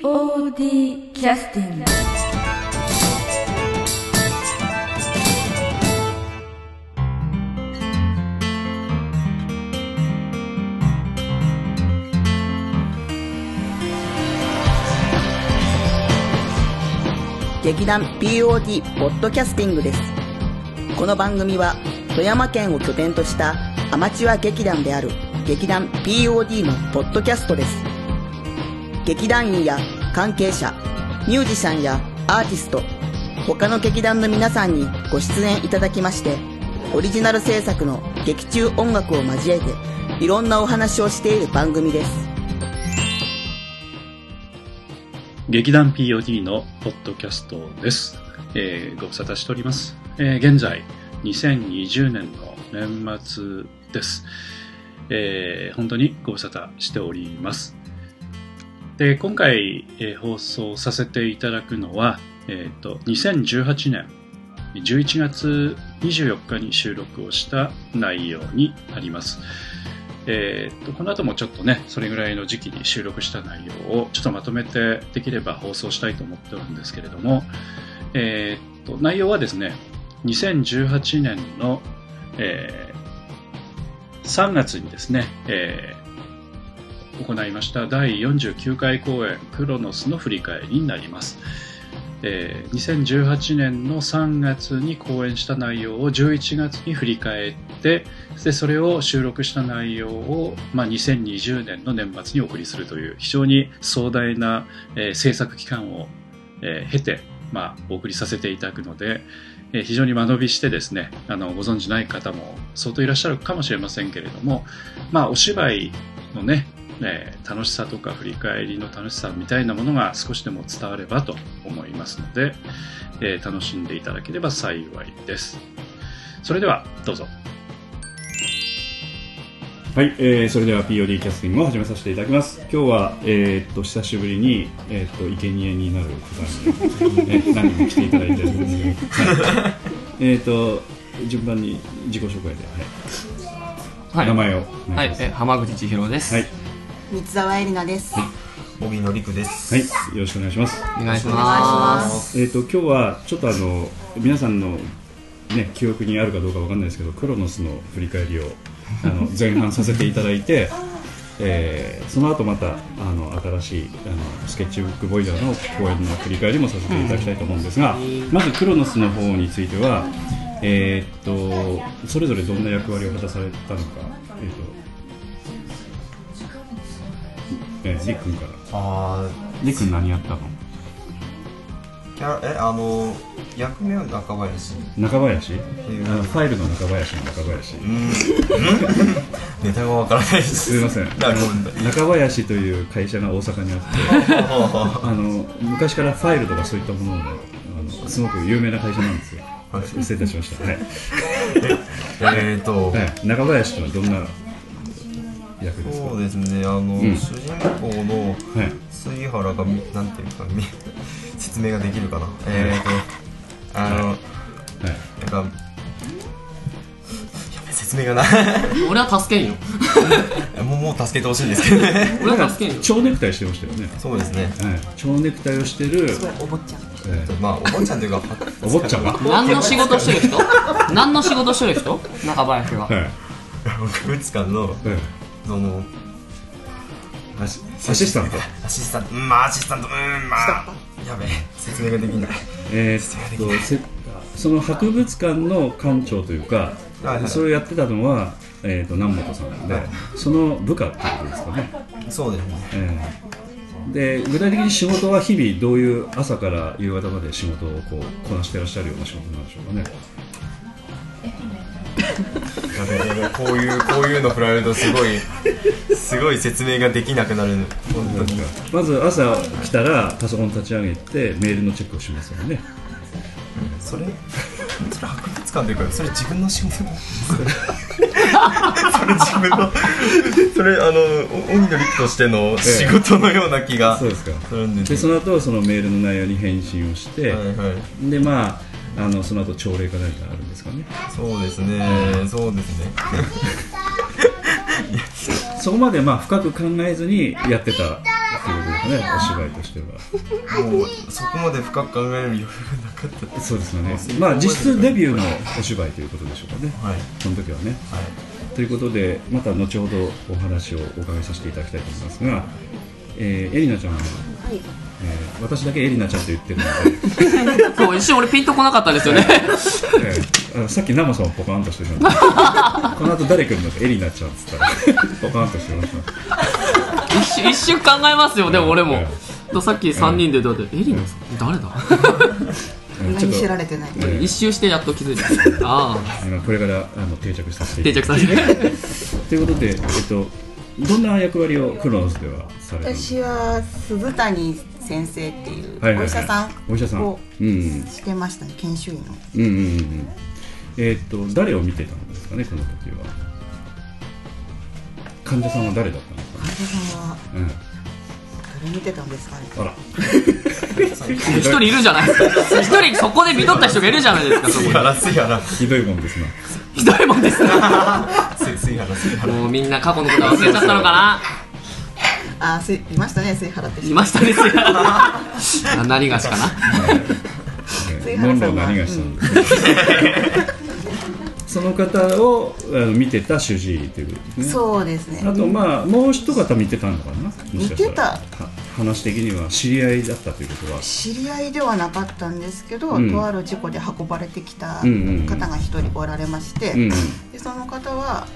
POD キャスティング劇団 POD ポッドキャスティングですこの番組は富山県を拠点としたアマチュア劇団である劇団 POD のポッドキャストです劇団員や関係者ミュージシャンやアーティスト他の劇団の皆さんにご出演いただきましてオリジナル制作の劇中音楽を交えていろんなお話をしている番組です劇団 POD のポッドキャストです。えーご無沙汰しております。えー現在、2020年の年末です。えー本当にご無沙汰しております。で、今回、えー放送させていただくのは、えっ、と、2018年11月24日に収録をした内容になります。えーっとこの後もちょっとねそれぐらいの時期に収録した内容をちょっとまとめてできれば放送したいと思っておるんですけれども、えーっと内容はですね2018年の、えー3月にですね、えー行いました第49回公演クロノスの振り返りになります、えー2018年の3月に公演した内容を11月に振り返ってでそれを収録した内容を、まあ、2020年の年末にお送りするという非常に壮大な、えー制作期間を、えー経て、まあ、お送りさせていただくので、えー非常に間延びしてですねあのご存じない方も相当いらっしゃるかもしれませんけれども、まあ、お芝居のねえー楽しさとか振り返りの楽しさみたいなものが少しでも伝わればと思いますので、えー楽しんでいただければ幸いです。それではどうぞ。はい、えー、それでは POD キャスティングを始めさせていただきます今日は、えーっと久しぶりに、えーっと生贄になる方に、ね、 何人も来ていただいてるんですけど、はい、えーっと順番に自己紹介で、はい名前をおは願いしいま、すえ浜口千尋です。はい、三沢絵里奈です荻野陸です。はい、よろしくお願いしますお願いします。えーっと今日はちょっとあの皆さんのね記憶にあるかどうかわかんないですけどクロノスの振り返りをあの前半させていただいてえーその後またあの新しいあのスケッチブックボイダーの公演の振り返りもさせていただきたいと思うんですが、まずクロノスの方については、えーっとそれぞれどんな役割を果たされたのか、えーっとえー、りっくんからありっくん何やったのーキャラえあの役名は中 林中林っていうあのファイルの中林の中林ネタがわからないです。すいませんなあるほの中林という会社が大阪にあってど。あの昔からファイルとかそういったものをねあのすごく有名な会社なんですよはい失礼いたしました、はいえーと、はい、中林とはどんな役ですかそうですねあの、ん主人公のはい杉原がみなんていうかみ説明ができるかな。えーとあの、なんか。やべ説明がない 俺は助けんよ。もうもう助けてほしいんですけどね俺は助けんよ。蝶ネクタイしてましたよね、そうですねはい、蝶ネクタイをしてるお坊ちゃんえまあおばあちゃんというかーお坊ちゃんが、は。何の仕事してる人？ 何の仕事してる人？中林はいはい 博物館のそのアシアシスタントアシスタントうんまあアシスタントうんまあやべえ説明ができないえーっとせその博物館の館長というか、はいはいそれをやってたのは、えー、と南本さんなんで、はいその部下ってことですかね、そうですねえーで具体的に仕事は日々どういう朝から夕方まで仕事をこうこなしてらっしゃるような仕事なんでしょうかねやべえやべえこういうこういうの振られるとすごいすごい説明ができなくなる本当にまず朝来たらパソコン立ち上げてメールのチェックをしますよねそれそれ博物館というかそれ自分の仕事それそれ自分のそれあのお荻野陸としての仕事のような気がそうですかするんですけでその後そのメールの内容に返信をして、どはいはいでまああのその後朝礼か何かあるんですかねそうですねそうですねそこまでまあ深く考えずにやってたっていうことですかねお芝居としてはもうそこまで深く考える余裕がなかったですそうですよねまあ実質デビューのお芝居ということでしょうかねはいその時はねはいということでまた後ほどお話をお伺いさせていただきたいと思いますが、えー、エリナちゃんは、えー私だけエリナちゃんと言ってるのそう、一瞬俺ピンとこなかったですよね。で、えーあのさっき生さんはポカンとしてたんで この後誰来るのかエリナちゃんっつったらポカンとしてました一瞬一瞬考えますよ、でも俺もえ。とさっき3人でだって、エリナさん誰だえー何知らえれてないー一周してやっと気づい た。ああ、あのこれからあの定着させ定ていた着ださせて。 ということで、えっと、どんな役割をクロノスではされたんです私かは鈴谷先生っていうはいはいはいお医者さんお医者さんをうんしてましたね研修医のうんうんうんうんえーっと誰を見てたんですかねこの時は患者さんは誰だったんですか患ね、者さんはうん、誰見てたんですかねあ ら一人いるじゃないですか。一人そこで見とった人がいるじゃないですか、そこ水に。原水原ひどいもんですな一人もですね。水水原水原もうみんな過去のことは忘れちゃったのかな。あすいましたね水原っていましたですよ。 な何がしかな。水モ原ンさローんは何がしたんですか、その方をあの見てた主治医ということですねそうですねあとまあもう一方見てたのかなもしかしたら見てたは話的には知り合いだったということは知り合いではなかったんですけど、うんとある事故で運ばれてきたうんうんうん方が一人おられまして、うんうんでその方は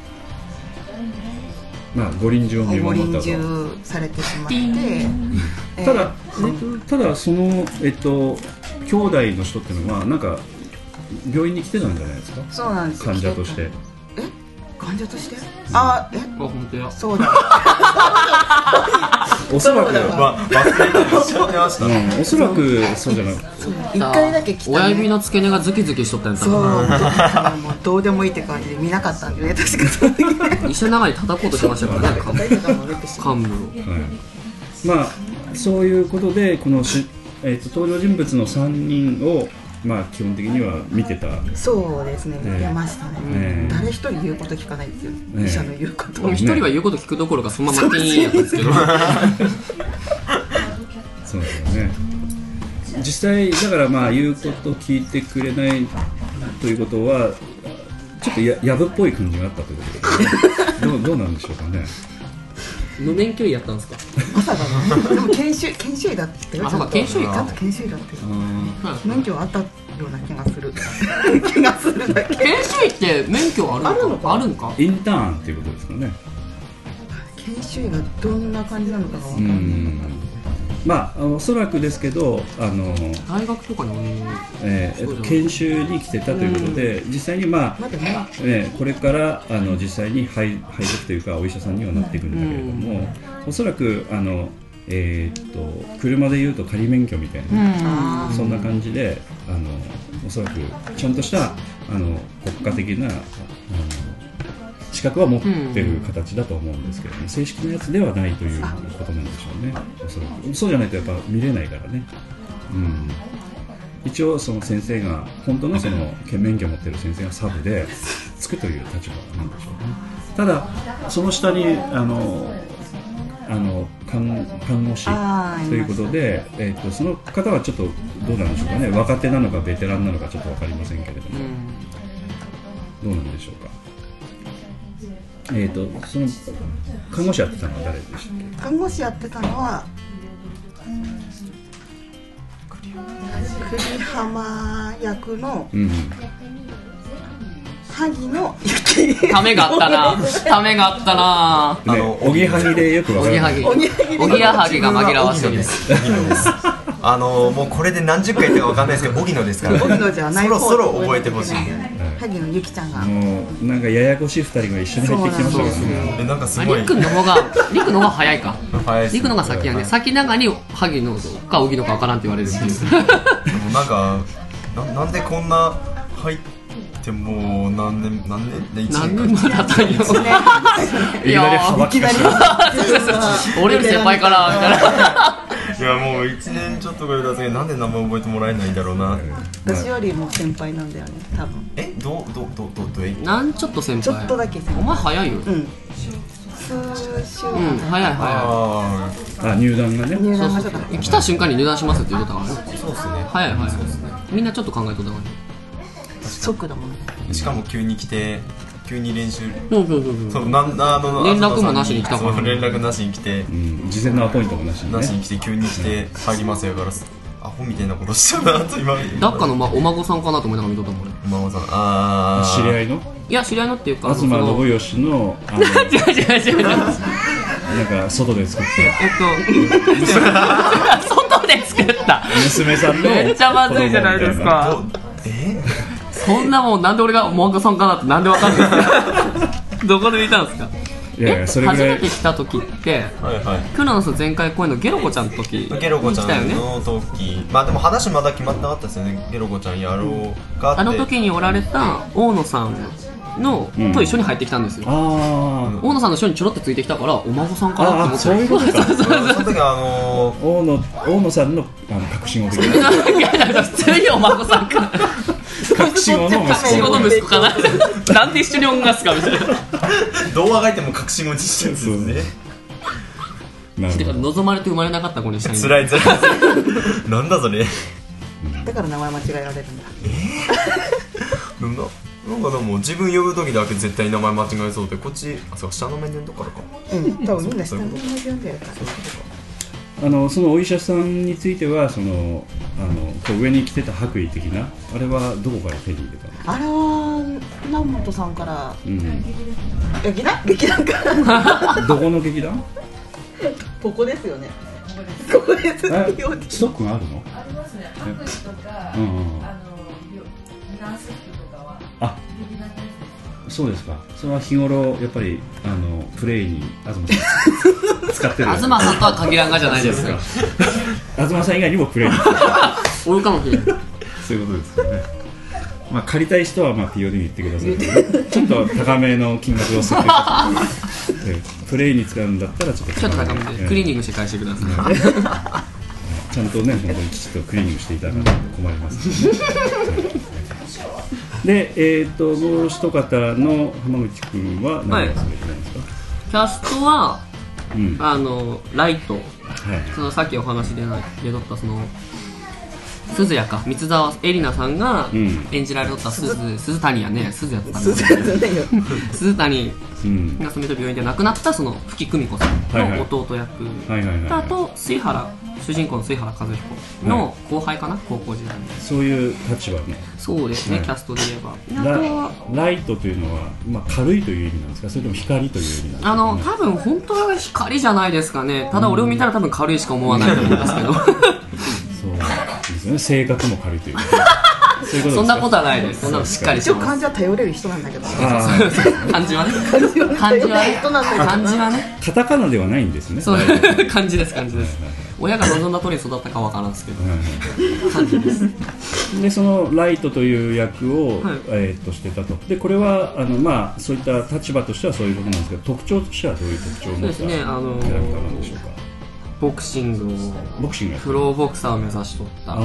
まあご臨終を見ご守っ臨たと終されてしまって、えーただ、えっと、ただその、えっと、兄弟の人っていうのはなんか病院に来てたんじゃないですかそうなんですよ患者としてえ患者としてあえあ、本当や。そうだおそらく、わ忘れてましたうねん、おそらくそうじゃなくそう一回だけ来た、ね、親指の付け根がズキズキしとったんやつそうもうどうでもいいって感じで見なかったんでね確かその時医者の中に叩こうとしてましたからね、幹大丈夫かも出てしまう部を。はい、まあそういうことでこのし、えっと、登場人物の3人を、まあ、基本的には見てた、そうですねええ見てましたね、ええ誰一人言うこと聞かないですよ、ええ医者の言うこともう一人は言うこと聞くどころかそのままピーンやったんですけど、そうですよね実際だからまあ言うこと聞いてくれないということはちょっとややぶっぽい感じがあったということですねどうどうなんでしょうかね無免許医やったんですかまさかなでも研修 研修医だってあそうか研修医ちかゃんと研修医だってはい免許はあったような気がする気がするだけ研修医って免許あるのかあるのかインターンっていうことですかね研修医がどんな感じなのかがわかうんない、んまあおそらくですけどあの、大学とかにもえーそうだね研修に来てたということで、実際にまあ、まあでもまえーこれからあの実際に配配属というかお医者さんにはなっていくんだけれども、おそらくあの、えーっと車でいうと仮免許みたいな、あそんな感じであのおそらくちゃんとしたあの国家的なあの資格は持ってる形だと思うんですけども、正式なやつではないということなんでしょうねおそらくそうじゃないとやっぱ見れないからね。うん一応その先生が本当のその免許を持ってる先生がサブでつくという立場なんでしょうねただその下にあのあの看看護師あーということで、えー、とその方はちょっとどうなんでしょうかね若手なのかベテランなのかちょっと分かりませんけれども、どうなんでしょうかえっ、とその看護師やってたのは誰でしたっけ看護師やってたのは栗浜役のうん萩野ゆきためがあったな ためがあったなねあのおぎはぎでよくお分かぎらやなはぎいおぎやはぎが紛らわ荻し野いでですす荻野ですあのもうこれで何十回言ったかわかんないですけど荻野ですから荻野じゃないそろそろ覚えてほしい萩野ゆきちゃんがもうなんかややこしい2人が一緒に入ってきてましたからねえなんかすありごいっくんの方がりっくんの方が早いか早いですりっくんの方が先やね先長に萩野か荻野かわからんって言われるっていうでもなんかななんでこんな入ってもう何年何年で1何年年も経ったんよいいきなり幅利かして俺より先輩からみたいないやもう1年ちょっとぐらいだったけどなんで名前覚えてもらえないんだろうな私よりも先輩なんだよね多分えどうどうどうどうどうえ なんちょっと先輩ちょっとだけ先輩お前早いようん数週うん、間早い早ああ入団がね入団がちょっとい。来た瞬間に入団しますって言ってたからね。あそうっすね早い早い。みんなちょっと考えとった方がいい。即だもんねしかも急に来て急に練習そうそうそうそうなんあの連絡もなしに来たからそう連絡なしに来てうん事前のアポイントもなしになしにね来て急に来て入りますよからアホみたいなことしちゃうなと今ダッカの、ま、お孫さんかなと思いながら見とったもん俺。お孫さんああ知り合いのいや、知り合いのっていうか、東その信義のあの違う違う違う違う。なんか外で作っえ たっと、外で作った。娘さんのめっちゃまずいじゃないですかどうえそんなもん、なんで俺がお孫さんかなってなんでわかんない ですかどこで見たんですかいやいやそれぐ初らめいて来た時って、はいはいクロノス前回公演のゲロコちゃんの時ゲロコちゃ来たよんね。の時、まあでも話まだ決まってなかったですよねゲロコちゃんやろうかってあの時におられた大野さんの、うんと一緒に入ってきたんですよ。あ大野さんの緒にちょろっとついてきたから、お孫さんかなああってそう思いっうて。ことそかの時あのあ大野大野さんのあの確信を的ないやいや普通にお孫さんか隠し子の息子仕事息子かななんで一緒に音楽すかみたい な 童話がいても確信持ちしてるんですよねなだるかほらど望まれて生まれなかった子にしたいんだ辛い辛いなんだそれだから名前間違えられるんだでもななんかでも自分呼ぶ時だけ絶対名前間違えそうでこっちあそうか下の面でのとこからかうん多分みんな下の名前で呼んでるからあのそのお医者さんについてはそのあのこう上に着てた白衣的なあれはどこから手に入れたのあれは南本さんからうん劇団劇団からどこの劇団ここですよねここですあよねストックがあるのありますね。白衣とか、うんうんうんあの、びナース服とかは、あ劇団ですねそうですかそれは日頃やっぱりあのプレイに東 さん使ってる東さんとは限らんがじゃないです か東さん以外にもプレイにおるかもしれないそういうことですよね。 まあ借りたい人はまあ POD に言ってください、ちょっと高めの金額を設定してええプレイに使うんだったらちょっとちょっと高めええでクリーニングして返してくださいちゃんとね本当にきちっとクリーニングしていただかないと困ります、ね、でえっ、ともう一方の浜口君は何をされてないんですか、キャストはうんはあのライトいそのさっきお話で出とったその鈴谷か三沢絵里奈さんがうん演じられとった鈴鈴谷やね鈴やったな鈴ねよ鈴谷うんが住めと病院で亡くなったその吹久美子さんの弟役、はいはいあはと水原主人公の水原和彦の後輩かな、高校時代のいそういう立場ねそうですね、はいキャストで言えばラあとはライトというのは、まあ、軽いという意味なんですかそれとも光という意味なんですか、あの多分本当は光じゃないですかねただ俺を見たら多分軽いしか思わないと思うんですけどそうですよね。性格も軽い というか。そういうことですかそんなことはないですそんなのしっかりし一て応ま患す者は頼れる人なんだけどあー漢字はね頼漢れ字はるね人なんだけ漢ど字はねカタカナではないんですね。そうはい漢字です漢字です親が望んだ通り育ったかわからんですけどはいは漢字ですいでそのライトという役を、はいえーっとしてたとでこれはあの、まあ、そういった立場としてはそういうことなんですけど特徴としてはどういう特徴を持ったそキうですねャあラのクーターなんでしょうか、ボクシングをボクシングやってプロボクサーを目指しとったあ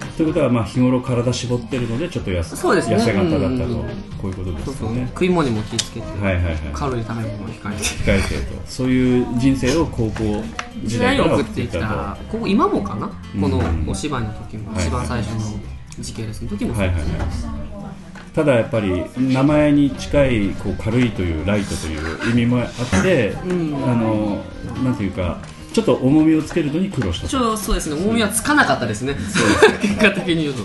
ーということは、まあ、日頃体絞ってるのでちょっと痩せそうですね痩せ型だったとうんこういうことでそうすそようね食い物にも気をつけてはいはいはいカロリー高いものを控えて控えてるとそういう人生を高校時時代代からを送送っってていきたとたここ今もかな、こうんのお芝居の時もはい一番最初の時系列の時も、はいはいはい、ただやっぱり名前に近いこう軽いというライトという意味もあって、あのなんていうかちょっと重みをつけるのに苦労した一と応そうですね重みはつかなかったですね結果的に言うと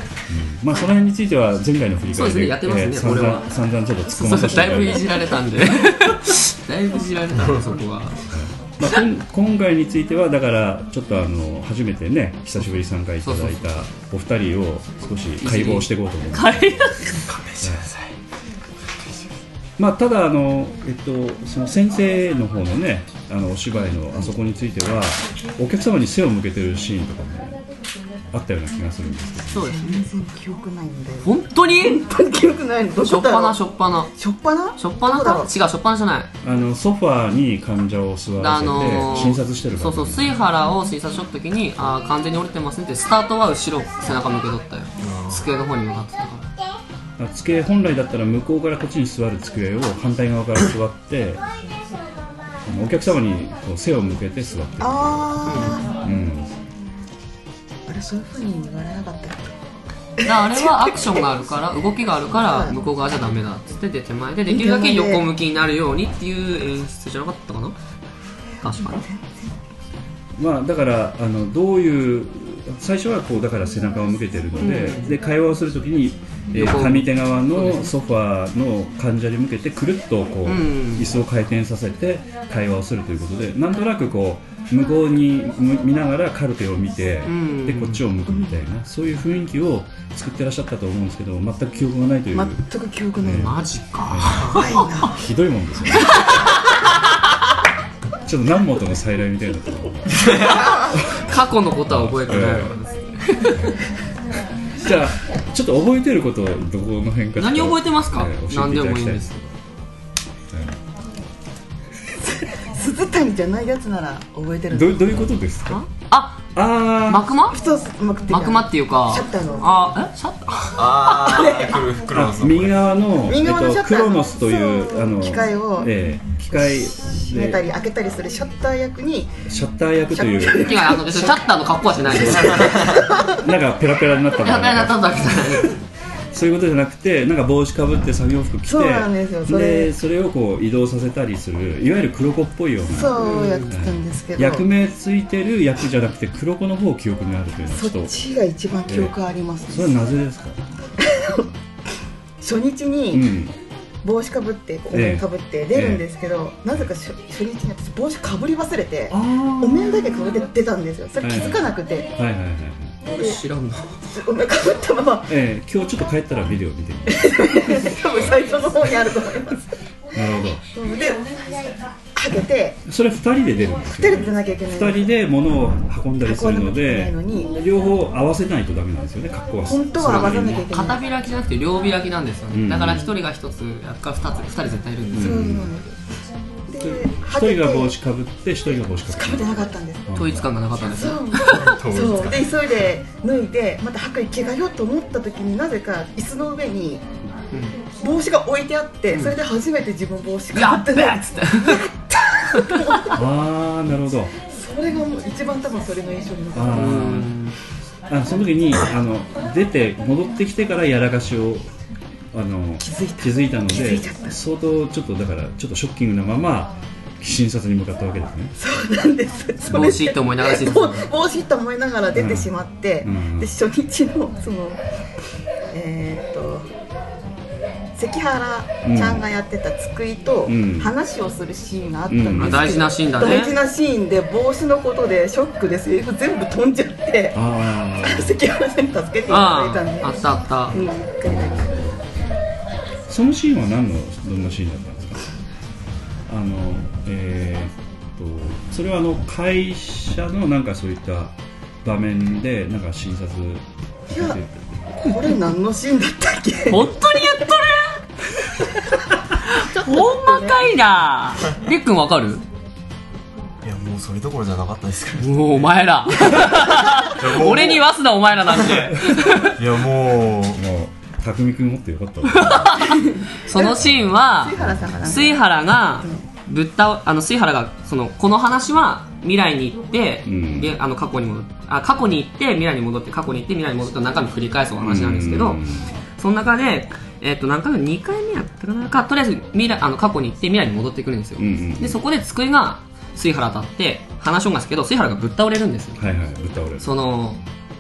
まあ、その辺については前回の振りそうで返りすでねやってますねえー散々これは散々ちょっと突っ込そまうそせうてだいただぶいいてじられたんでだいぶいじられたんでそこはまあ、こん今回についてはだからちょっとあの初めてね久しぶりに参加いただいたお二人を少し解剖していこうと思ってまあ、ただあの、えっと、その先生の方のねあのお芝居のあそこについてはお客様に背を向けてるシーンとかもあったような気がするんですけどそうですね全然記憶ないんだよ本当に本当に記憶ないのどしょこっだぱろなうしょっぱなしょっぱなしょっぱなどか違うこだしょっぱなじゃないあのソファーに患者を座らあせてのー診察してるそ感うじそう水原を診察しとった時にあー完全に折れてますねってスタートは後ろ背中向けとったよ机の方に向かってたから机本来だったら向こうからこっちに座る机を反対側から座ってあのお客様にこう背を向けて座ってる、あうん、ーあれそういう風に言われなかったっけらあれはアクションがある から動きがあるから向こう側じゃダメだっつってで手前でできるだけ横向きになるようにっていう演出じゃなかったかな確かにまあ、だからあのどういう最初はこうだから背中を向けてるので,、で会話をするときに、え横ー上手側そうですのねソファーの患者に向けてくるっとこう、うん椅子を回転させて会話をするということでなんとなくこう向こうにむ見ながらカルテを見て、んでこっちを向くみたいなそういう雰囲気を作ってらっしゃったと思うんですけど全く記憶がないという、全く記憶ないマジか怖いなひどいもんですよね ちょっと南本の再来みたいなところが 過去のことは覚えてないわじゃあちょっと覚えてることをどこの辺か何覚えてますか何何ででももいいいいんんでですすけけど鈴谷じゃないやつなら覚えてるどどういうことですかあああ幕間一つまくって幕間っていうかシャッターのあえシャッターあー来る来るのそ右側の右側のえっシとャックターロノスというそうあの機械をええ機械閉めたでり開けたりするシャッター役にシャッター役といシャッう違うあの別にシャッターの格好はしないですシャッターなんかペラペラになったのの格が好はしないそういうことじゃなくてなんか帽子かぶって作業服着てそうなんですよそれでそれをこう移動させたりするいわゆる黒子っぽいようなそうやってたんですけど、役名ついてる役じゃなくて黒子の方を記憶にあるというのはちょっそっとちが一番記憶ありますそれはね、なぜですか初日うにん帽子かぶってお面かぶって出るんですけど、なぜか初初日に私帽子かぶり忘れてあお面だけかぶって出たんですよそれ気づかなくて、あはいはいはいはい知らんのお面かぶったままええ今日ちょっと帰ったらビデオ見てみる多分最初の方にあると思いますなるほではけてどそれ二人で出るんです2よ、人で出なきゃいけな二い人で物を運んだりするので運ばなきゃいけないの両方合わせないとダメなんですよね格好は本当は合わさなきゃいけない片開きじゃなくて両開きなんですようんねだから一人が一つ役か二つ二人絶対いるんですそうよなんですでは一け人が帽て子かぶって一人が帽子かぶっかぶっててなかったんです統一感がなかったんですそようこそううで急いで脱いでまた白衣着替えようと思った時になぜか椅子の上に帽子が置いてあってそれで初めて自分帽子やかぶっってべなーいっつってああなるほどそれがもう一番多分それの印象に残あっうんあその時にあの出て戻ってきてからやらかしをあの気づいたので気づいちゃった相当ちょっとだからちょっとショッキングなまま診察に向かったわけですねそうなんですそれ帽子って思いながらで進 帽む帽子と思いながら出てしまって、うんうんで初日のそのえーっと関原ちゃんがやってた津久井とうん話をするシーンがあったんですけど、うん大事なシーンだね大事なシーンで帽子のことでショックでセリフ全部飛んじゃってああ関原さんに助けていただあいたんでああったあ うん、一回だけそのシーンは何のどんなシーンだったんですかあのえーっとそれはあの会社のなんかそういった場面でなんか診察いやこれ何のシーンだったっけった本当に言っとるほんまかい なりっくんわかるいやもうそれどころじゃなかったです かもうお前らら俺に言わすなお前らなん ていやもうもう匠君持ってよかったわそのシーンは関原さんがなんか水原がぶったあの水原がそのこの話は未来に行って、うんげあの過去に戻ってあ過去に行って未来に戻って過去に行って未来に戻っての中身繰り返すお話なんですけど、うんその中で、えっと何回目2回目やったかなかとりあえず未来あの過去に行って未来に戻ってくるんですよ、うんうんでそこで机が水原当たって話し音がですけど水原がぶっ倒れるんですよはいはいぶっ倒れるその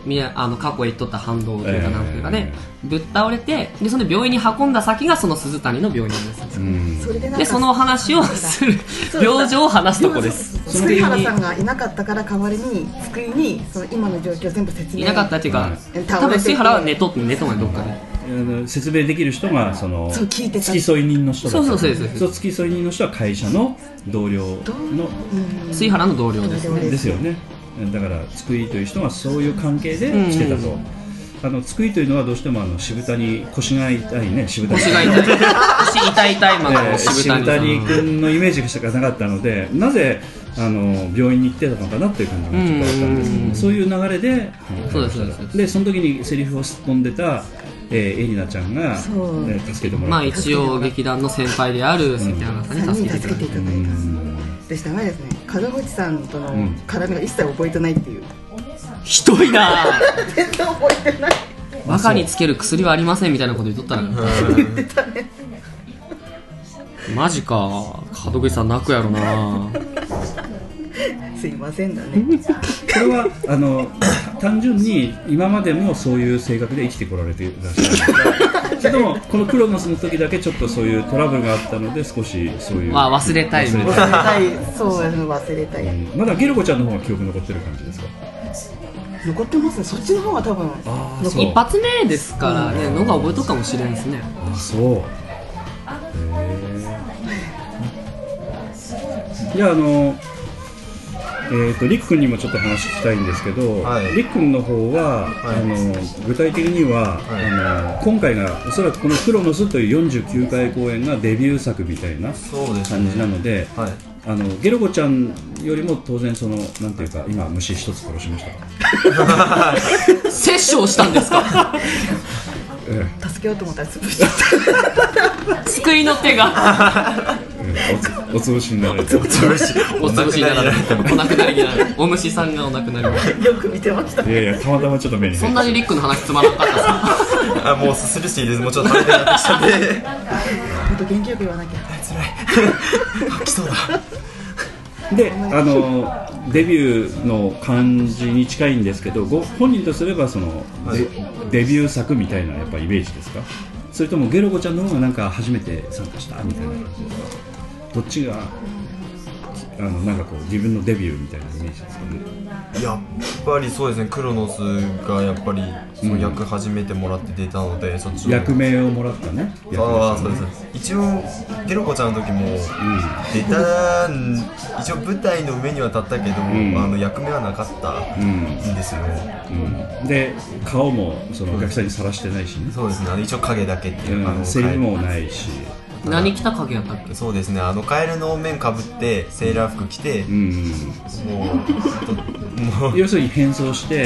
みやあの過去へ行っとった反動というかなんていうかね、ぶっ倒れてでその病院に運んだ先がその鈴谷の病院なんですよ、うんそれでなんかでその話をするそうだ病状を話すとこですそうそうそう杉原さんがいなかったから代わりに机にその今の状況を全部説明いなかったっていうか、うん多分水原は寝とって寝とんねどっかであの説明できる人がそのそう聞いてた付き添い人の人だったそうそうそうですそう付き添い人の人は会社の同僚のうん水原の同僚です同僚ですよねだから津久井という人がそういう関係で来てたと、あの津久井というのはどうしてもあの渋谷腰が痛いね渋谷腰が痛い腰痛い痛いマンえがー渋渋谷谷さん君のイメージしかなかったのでなぜあの病院に来てたのかなっていう感じがちょっとあったんですけど、うんそういう流れでそうですそうですでその時にセリフをすっ飛んでたえー、エリナちゃんが、えそうー助けてもまらあった一応劇団の先輩である関原さん3に助けていただ人助けていいてただういたんでした前ですね門口さんとのうん絡みが一切覚えてないっていうひどいな全然覚えてないバカにつける薬はありませんみたいなこと言っとったからマジか門口さん泣くやろなすいませんだねこれはあの単純に今までもそういう性格で生きてこられていらっしゃるのかそれともこのクロノスの時だけちょっとそういうトラブルがあったので少しそういう、まあ忘れたいみたい忘れなたいそうですね忘れたういんまだゲルコちゃんの方が記憶残ってる感じですか残ってますねそっちの方が多分あーそう一発目ですからねのが覚えとくかもしれんですねあそういやあのえー、とりっくんにもちょっと話聞きたいんですけど、はいりっくんの方は、はいあの具体的には、はいあの今回がおそらくこの「クロノス」という49回公演がデビュー作みたいなそうです感ねじなので、はいあのゲロゴちゃんよりも当然そのなんていうか今虫一つ殺しました、殺生したんですか え助けようと思ったら潰しちゃった救いの手がえええおつお潰しになられてお潰しになられてお亡くなりになられお虫さんがお亡くなりになられよく見てましたいやいやたまたまちょっと目に入そっんなにリックの話つまらなかったっすかあもうすするし入れずもうちょっと食べたいなってきたんで本当元気よく言わなきゃあ来そうだであのデビューの感じに近いんですけどご本人とすればそのはいデデビュー作みたいなやっぱイメージですかそれともゲロゴちゃんの方がなんか初めて参加したみたいな感じですかどっちがあのなんかこう自分のデビューみたいなイメージですかねやっぱりそうですねクロノスがやっぱりその役始めてもらって出たので、そっちの役名をもらったね役ああでそうですすね一応ゲロコちゃんの時もうん出たん一応舞台の上には立ったけど、んあの役目はなかったうんんですよ、うんで顔もそのお客さんにさらしてないしね、そうですねあの一応影だけっていう、あうのん、セリフもないし、何来た影やったっけそうですねあのカエルのお面かぶってセーラー服着て、うん、もうともう要するに変装して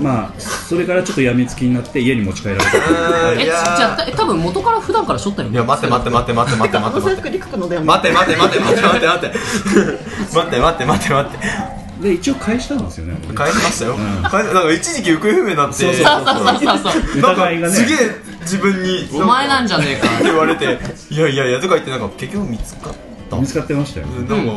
ままあそれからちょっとやみつきになって家に持ち帰られた あうーんえいじやゃあ多分元から普段からしょったよーいねや待って待って待って待って待ってあ待のって待制って服リクのだよね待って待って待って待って待って待って待って待って待って待ってで一応返したんですよねあれね帰りましたよ、帰りなんか一時期行方不明になってそうそうそうそうそうそうそうなん疑いがかねすげえ自分にお前なんじゃねえかって言われて「いやいやいや」とか言ってなんか結局見つかった見つかってましたよ、うんなんか、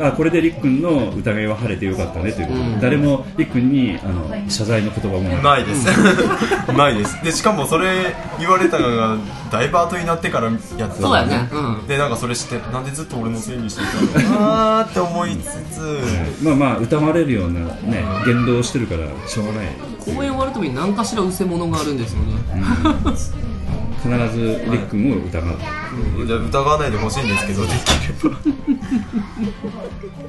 うん、あこれでりっくんの疑いは晴れてよかったねということで、うん誰もりっくんにあの謝罪の言葉もなないいです ないですでしかもそれ言われたのがだいぶ後になってからやったそうだよねうでなんかそれしてなんでずっと俺のせいにしてたのかなーって思いつつ、まあまあ疑われるようなね言動をしてるからしょうがないん公演終わるたびに何かしらうせ者があるんですよね必ずりっくんを疑うじゃあ疑わないでほしいんですけどできれば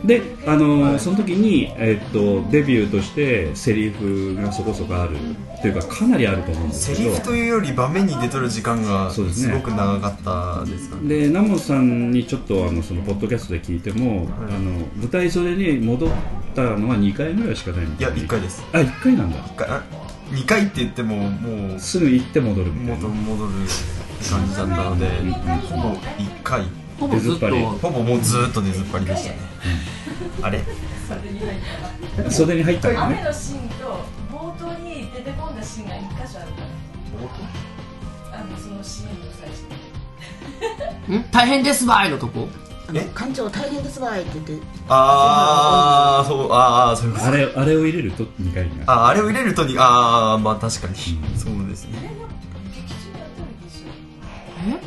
で、あのーその時に、えーっとデビューとしてセリフがそこそこあるというかかなりあると思うんですセけリどフというより場面に出とる時間がそうですすねごく長かったですかねでナモさんにちょっとあのそのポッドキャストで聞いても、はいあの舞台袖に戻ったのは2回ぐらいしかないみいたやい1回ですあ1回なんだ一回あ2回って言ってももうすぐ行って戻るみたい元なに戻る感じだったので、ほぼ1回ほぼずっと出ずっほぼもうずーっと出ずっぱりでしたね、あれ袖に入ったの雨ねのシーンと冒頭に出てこんだシーンが一箇所あるからあのそのシーンの最初にん大変ですばいのとこあのえ館長大変ですわいって言ってああそうああそういうことあれあれを入れると2回になるああれを入れるとにああまあ確かにそうですね劇中やってるでしょ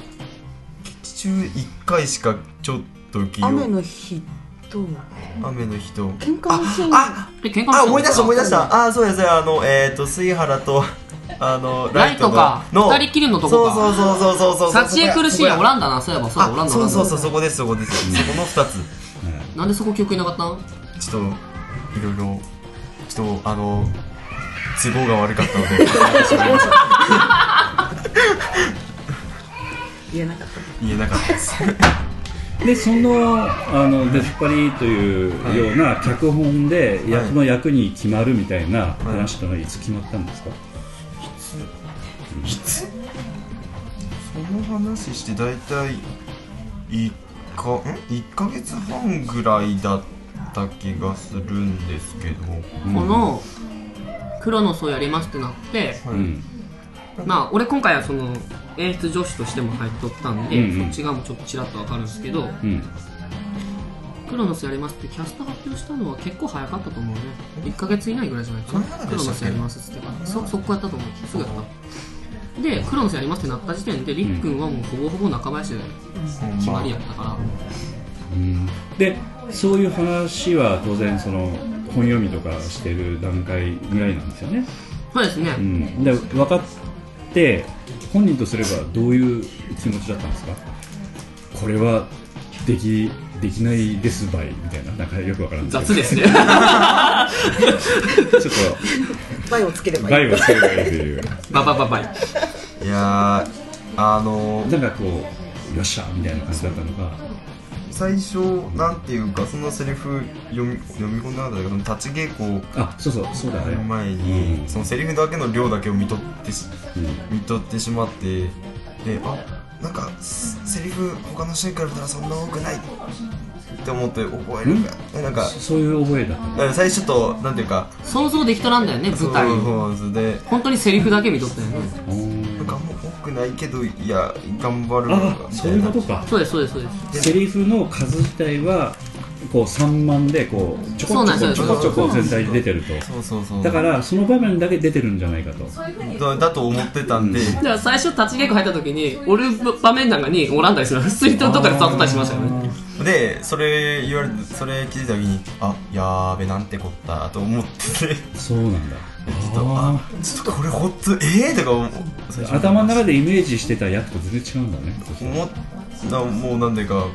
劇中1回しかちょっと記雨憶の日と雨の人喧嘩のシーンあえ喧嘩あ思い出した思い出ししたああーそうやそうやあのえっ、ー、と水原と あのラライイトトかの二人きりのとこかそうそうそうそうそうそうた幸恵苦しいやおらんだなそういえばそうだおらんだおあそらうんだそうそうそこですそこですそこの2つなんでそこ記憶いなかったんちょっといろいろちょっとあの都合が悪かったの で言えなかった言えなかったですでそのあの出っ張りというような脚本で役の役に決まるみたいな話というのはいつ決まったんですか、その話して大体1かん1ヶ月半ぐらいだった気がするんですけど、このクロノスをやりますってなって、うんまあ俺今回はその演出助手としても入っとったんで、うんうんそっち側もちょっとちらっとわかるんですけど、うんクロノスやりますってキャスト発表したのは結構早かったと思うね1ヶ月以内ぐらいじゃないかそんななのクロでしたノっスけやりますっつってからそそこやったと思うすぐやったでクロノスやりますってなった時点でりっくんはもうほぼほぼ仲林で決まりやったから、うんでそういう話は当然その本読みとかしてる段階ぐらいなんですよね、そうですね、うん、で分かって本人とすればどういう気持ちだったんですかこれはできできないですばいみたいななんかよくわからん雑ですす ねけどちょバイをつけれっとばいい。害をつければいいというババババイいやーあのーなんかこうよっしゃみたいな感じだったのが最初なんていうかそのセリフ読み読み込んでなかったけど立ち稽古あそうそうそうだやねる前に、うんそのセリフだけの量だけを見とってしうん見とってしまってであなんかすセリフ他のシーンから見たらそんな多くないって思って覚えるかえなんかそそういう覚えだっだから最初となんていうか想像できとらんだよね舞台そうそうそうで本当にセリフだけ見とったよねたうんなんかもう多くないけどいや頑張るのがあそういうことかそうですそうですそうですセリフの数自体はこう3万でこうちょこそうちなょんでこすちよょこちょこ全体で出てるとそうそうそうだからその場面だけ出てるんじゃないかとそういうふうにだだと思ってたんで、じゃあ最初立ち稽古入った時に俺の場面なんかにおらんだりする水筒とかで触ったりしましたよねでそれ言われてそれ聞いた時にあやーべなんてこったと思っててそうなんだちょっとあちょっとこれほっとええー、とか思う最初頭の中でイメージしてた役と全然違うんだね思ったもうなんでか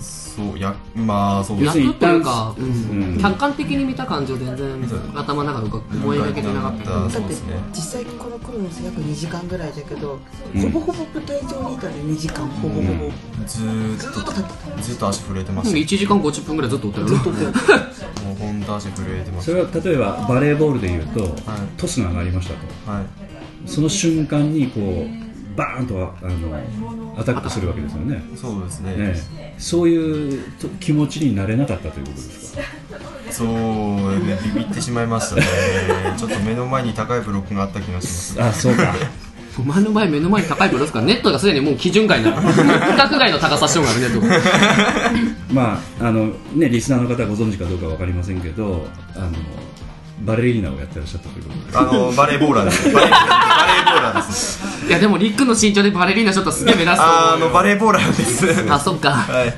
そうやまあそう要やすっるにとっていうか、ううんん、客観的に見た感じを全然頭の中で浮か思いがけてなかったそうですね実際このクロノス約2時間ぐらいだけど、ほぼほぼ舞台上にいたね2時間ほぼほぼ、ずーずっーっと立ってたとずっと足震えてま1し時間50分ぐらいずっと おったよねたもうほんと足震えてましそれは例えばバレーボールでいうと、はいトスが上がりましたとたはいその瞬間にこうバーンとあのアタックするわけですよねそうですねねえそういうと気持ちになれなかったということですかそうねビビってしまいました ねちょっと目の前に高いブロックがあった気がしますあそうかお前の場合目の前に高いブロスからネットがすでにもう基準外 なの規格外の高さしようがあるねとか まああのねリスナーの方ご存知かどうかわかりませんけどあのバレリーナをやってらっしゃったということであのバレーボーラ ーですバレーバレーボーラーですいやでもりっくんの身長でバレリーナショットすげえ目立つと思うよあのバレーボーラーですあそっかはい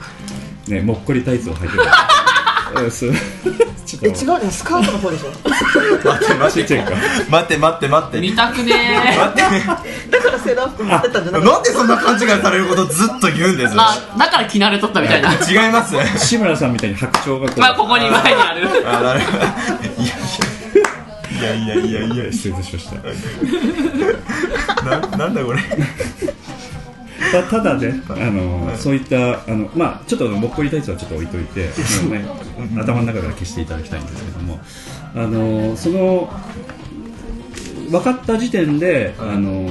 すねもっこりタイツを履いてたうんそうちえょ違っとうねスカートの方でしょ待って待ちっっちてゃいか待って待って待って見たくね だからセーラー服持ってたんじゃなかっなんでそんな勘違いされることずっと言うんですーあだから着慣れとったみたいな違います志村さんみたいに白鳥がこ う、まあここに前にあるあなるほどいやいやいやいやいやい失礼しましたやななんだこれたただねあのそういったあのまあちょっともっこりタイツはちょっと置いといてあのね頭の中から消していただきたいんですけどもあのその分かった時点で、あの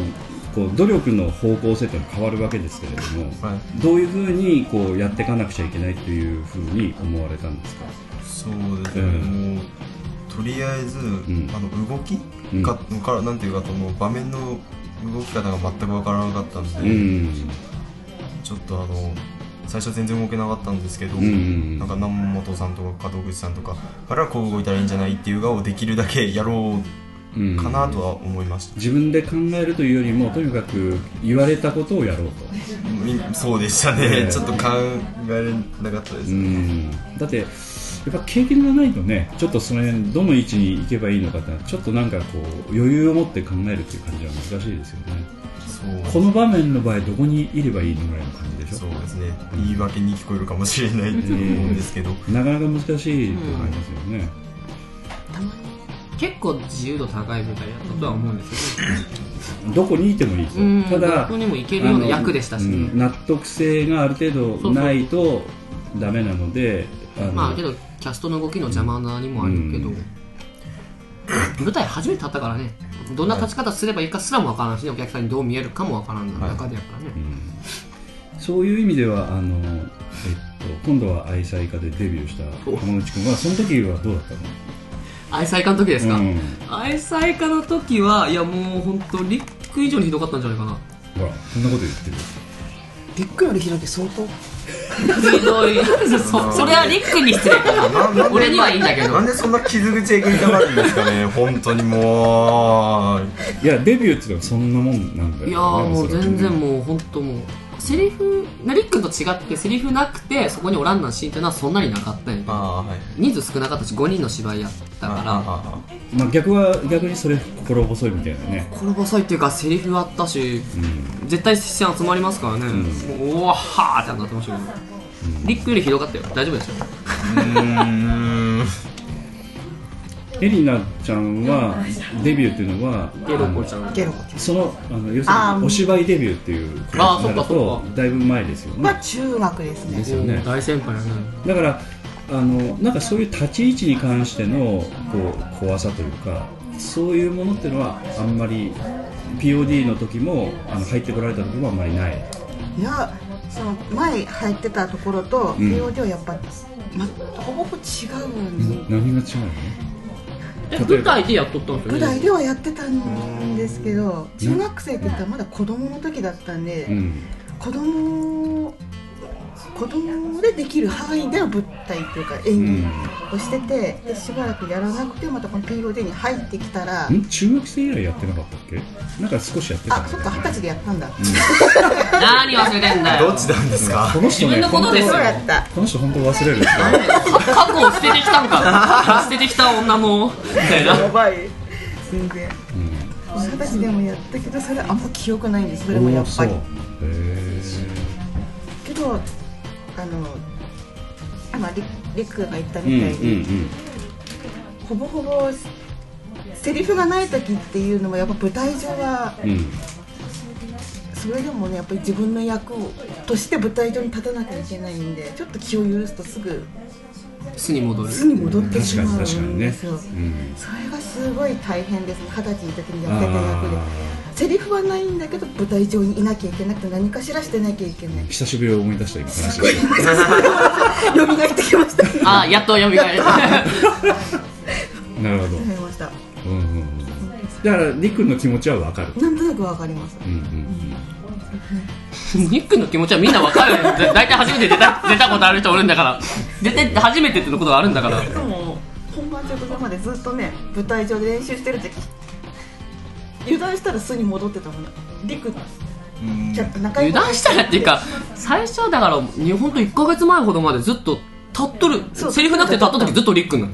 こう努力の方向性というのは変わるわけですけれども、はどういうふうにこうやっていかなくちゃいけないというふうに思われたんですかそうですうねんもうとりあえずんあの動きうんかからなんていうかその場面の動き方が全く分からなかったんうでんちょっとあの最初全然動けなかったんですけどんなんか南本さんとか門口さんとかからこう動いたらいいんじゃないっていう側をできるだけやろううんかなとは思いました自分で考えるというよりもとにかく言われたことをやろうとみそうでしたえね、えちょっと考えなかったです、うんだってやっぱ経験がないとねちょっとその辺どの位置に行けばいいのかってちょっとなんかこう余裕を持って考えるっていう感じは難しいですよねそうこの場面の場合どこにいればいいのぐらいの感じでしそょうですね言い訳に聞こえるかもしれないって思うんですけど、なかなか難しいと思いますよね、 結構自由度高い舞台やったとは思うんですけどどこにいてもいいと、うんただどこにも行けるような役でしたしあのうん納得性がある程度ないとダメなのであのまあけどキャストの動きの邪魔なにもあるけど、うん舞台初めて立ったからねどんな立ち方すればいいかすらもわからんし、ね、お客さんにどう見えるかもわからんはい中でやからね、うんそういう意味ではあの、えっと、今度は愛妻家でデビューした浜口君はその時はどうだったの愛妻家の時ですか、うん、愛妻家の時はいやもう本当リック以上にひどかったんじゃないかなほらそんなこと言ってるびっくりより広げ相当ひどい そそれはリックに失礼かなななんで俺にはいいんだけどなんでそんな傷口えぐりたがるんですかね本当にもういやデビューっていうのはそんなもんなんだよ、ね、いやーもう全然うもう本当もうセリフなリックと違ってセリフなくてそこにおらんなんシーンっていうのはそんなになかったんやけどああーはい人数少なかったし5人の芝居やったかあああまあ、逆は逆にそれ心細いみたいなねらこれ細いっていうかセリフあったしうん絶対視線集まりますからね、もううわはーってなってましたけど、リックよりひどかったよ大丈夫ですようーんエリナちゃんはデビューっていうのはゲロコちゃんゲロコちそのあの要すあるーにお芝居デビューっていうことあーになるそっとかそだいぶ前ですよゃんはね中学ですねですよね大先輩やねだからあのなんかそういう立ち位置に関してのこう怖さというかそういうものっていうのはあんまり POD の時もあの入ってこられた時もあんまりないいやその前入ってたところとん POD はやっぱ、ま、ほぼほぼ違うんで何が違うえ例えば舞台でやっとったんですよね舞台ではやってたんですけど中学生って言ったらまだ子供の時だったんで、の、うん、子供子供でできる範囲での舞台っていうか演技をしてて、でしばらくやらなくてまたこの POD に入ってきたら、ん中学生以来やってなかったっけなんか少しやってたんあだそよっねか二十歳でやったんだ、何忘れてんだどよっちなんですかこの人ね自分のことですよ本そうだった当この人本当忘れるんですよ過去を捨ててきたんか捨ててきた女のみたいなやばい全然うん二十歳でもやったけどそれあんま記憶ないんですそれもやっぱりおーそうへけどあの今リリクが言ったえうんみたいに、うんほぼほぼセリフがない時っていうのもやっぱ舞台上はうんうんそれでもねやっぱり自分の役をとして舞台上に立たなきゃいけないんでちょっと気を許すとすぐ巣に戻る巣に戻ってし確かまにうんで確すかよ、にねうんそれがすごい大変ですね二十歳の時にやってた役であセリフはないんだけど舞台上にいなきゃいけなくて何かしらしてなきゃいけない ー久しぶりを思い出した今話して呼びがってきました呼あやっと蘇るなるほどびましたうんうんうんだからりっくんの気持ちはわかるなんとなくわかりますうんうんニックの気持ちはみんなわかるよだ大体初めて出た出たことある人おるんだから出て初めてってことがあるんだからでも本番直前までずっとね舞台上で練習してる時油断したら巣に戻ってたもんねリクうんちょっと仲良油く断したらっていうか最初だから日本と1ヶ月前ほどまでずっと立っとるそうセリフなくて立った時ずっとリックなの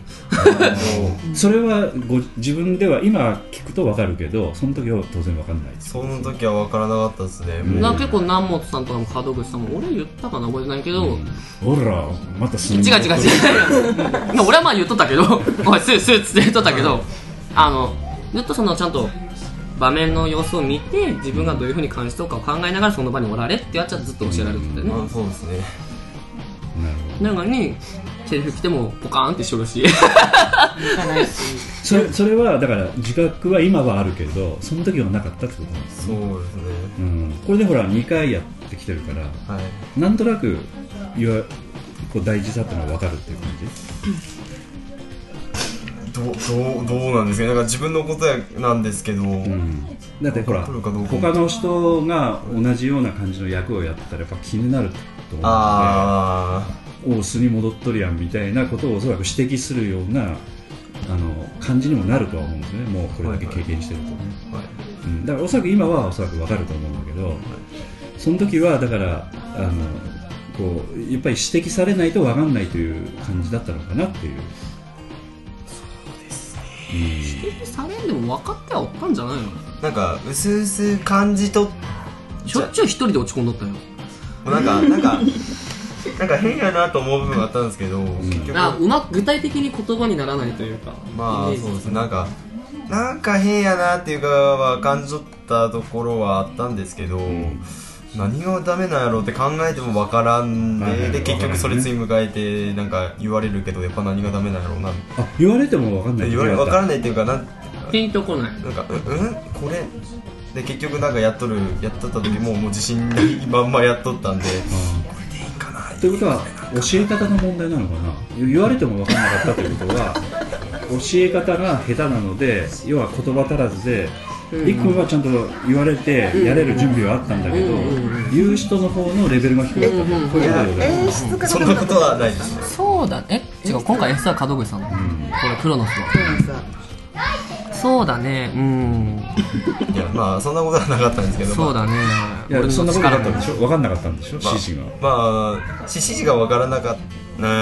それはご自分では今聞くとわかるけどその時は当然わかんないですその時は分からなかったですねんもなうんか結構南本さんとかも門口さんも俺言ったかな覚えてないけど、ほらまたすん違う違う違う まあ俺はまあ言っとったけど「おいスースー」っつって言っとったけどあのずっとそのちゃんと場面の様子を見て自分がどういうふうに感じとるかを考えながらその場におられってやっちゃずっと教えられてたよね、まあそうですねなるほなのどにセリフ来てもポカーンってしとるしそれそれはだから自覚は今はあるけどその時はなかったってことなんですそうですねうん、これでほら2回やってきてるからはいなんとなくいわこう大事さってのは分かるっていう感どどうどうなんですかねなんか自分のことやなんですけど、じ、うん、だってほら来るかどうか他の人が同じような感じの役をやってたらやっぱ気になると思あうのでおう素に戻っとるやんみたいなことをおそらく指摘するようなあの感じにもなるとは思うんですよねもうこれだけ経験してるとね、あ、はい、うん、だからおそらく今はおそらく分かると思うんだけどその時はだからあのこうやっぱり指摘されないと分かんないという感じだったのかなっていうそうです ね、されんでも分かってはおったんじゃないのなんかうすうす感じ取っしょっちゅう一人で落ち込んどったよなんかなんかなんか変やなと思う部分があったんですけど、結局あうまく具体的に言葉にならないというかイまあメージそうですねなんかなんか変やなっていうかは感じ取ったところはあったんですけど、何がダメなんやろうって考えても分からんで,、はいはいで結局それわつい迎えてなんか言われるけどやっぱ何がダメなんやろうなってうん、あ言われても分かんない言われ分からいないっていうかなんピンとこないなんか「うんうんこれ?」で結局なんかやっとるやっとった時もうもう自信ないまんまやっとったんでということは教え方の問題なのかな言われても分からなかったということ は教え方が下手なので要は言葉足らずでりっくんはちゃんと言われてやれる準備はあったんだけど言う人の方のレベルが低かったということでございます演出家そんなことはないですそうだね違う今回 S は門口さんだ、これクロノスそはうなんですわそうだねうんいやまあそんなことはなかったんですけどそうだねいや俺そんのなことなか力ったんでしょ分かんなかったんでしまょあ指示がまあ指示がわからなかったなん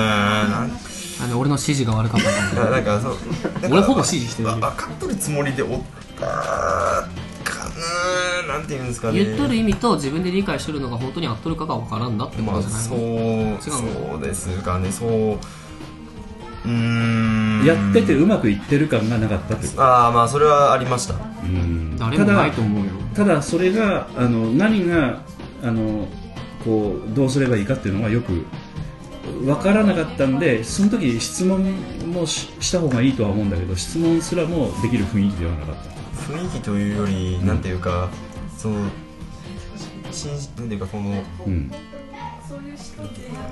あの俺の指示が悪かったかいやなんかそうなんか俺ほぼ指示してるわ分かっとるつもりでおったかななんていうんですからね言っとる意味と自分で理解してるのが本当に合っとるかが分からんだってこまとあじゃないその、うそうですかねそううーんやっててうまくいってる感がなかったというこああまあそれはありましたとうん誰もないと思うよただそれがあの何があのこうどうすればいいかっていうのがよく分からなかったんでその時質問もしした方がいいとは思うんだけど質問すらもできる雰囲気ではなかった雰囲気というよりなんていうかそのしんなんていうかこのうん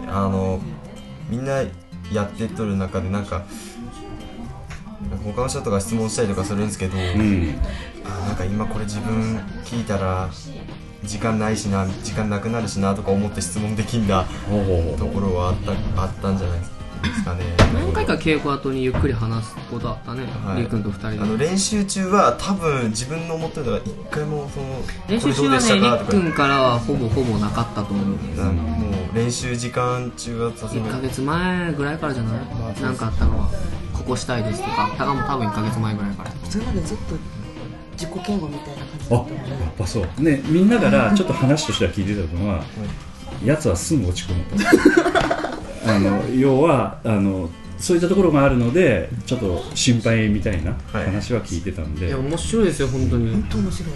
あのみんなやってっとる中でなんかなんか他の人とか質問したりとかするんですけど、うんあーなんか今これ自分聞いたら時間ないしな時間なくなるしなとか思って質問できんだほうほうほところはあったあったんじゃないですかね何回か稽古後にゆっくり話すことあったね、はいりくんと二あ人ので練習中は多分自分の思ってるのが一回もその練習中はこれねどうりでしたかっくんからはほぼほぼなかったと思うとかなんかもう練習時間中はさす1ヶがに月前ぐらいからじゃないなんかあったのはここしたいですとかあったかも多分1ヶ月前ぐらいからそれまでずっと自己嫌悪みたいな感じうだあったやっぱそうねみんなからちょっと話としては聞いてたのはやつはすぐ落ち込むと あの要はあのそういったところがあるのでちょっと心配みたいな話は聞いてたんで、いや面白いですよ本当に本当面白い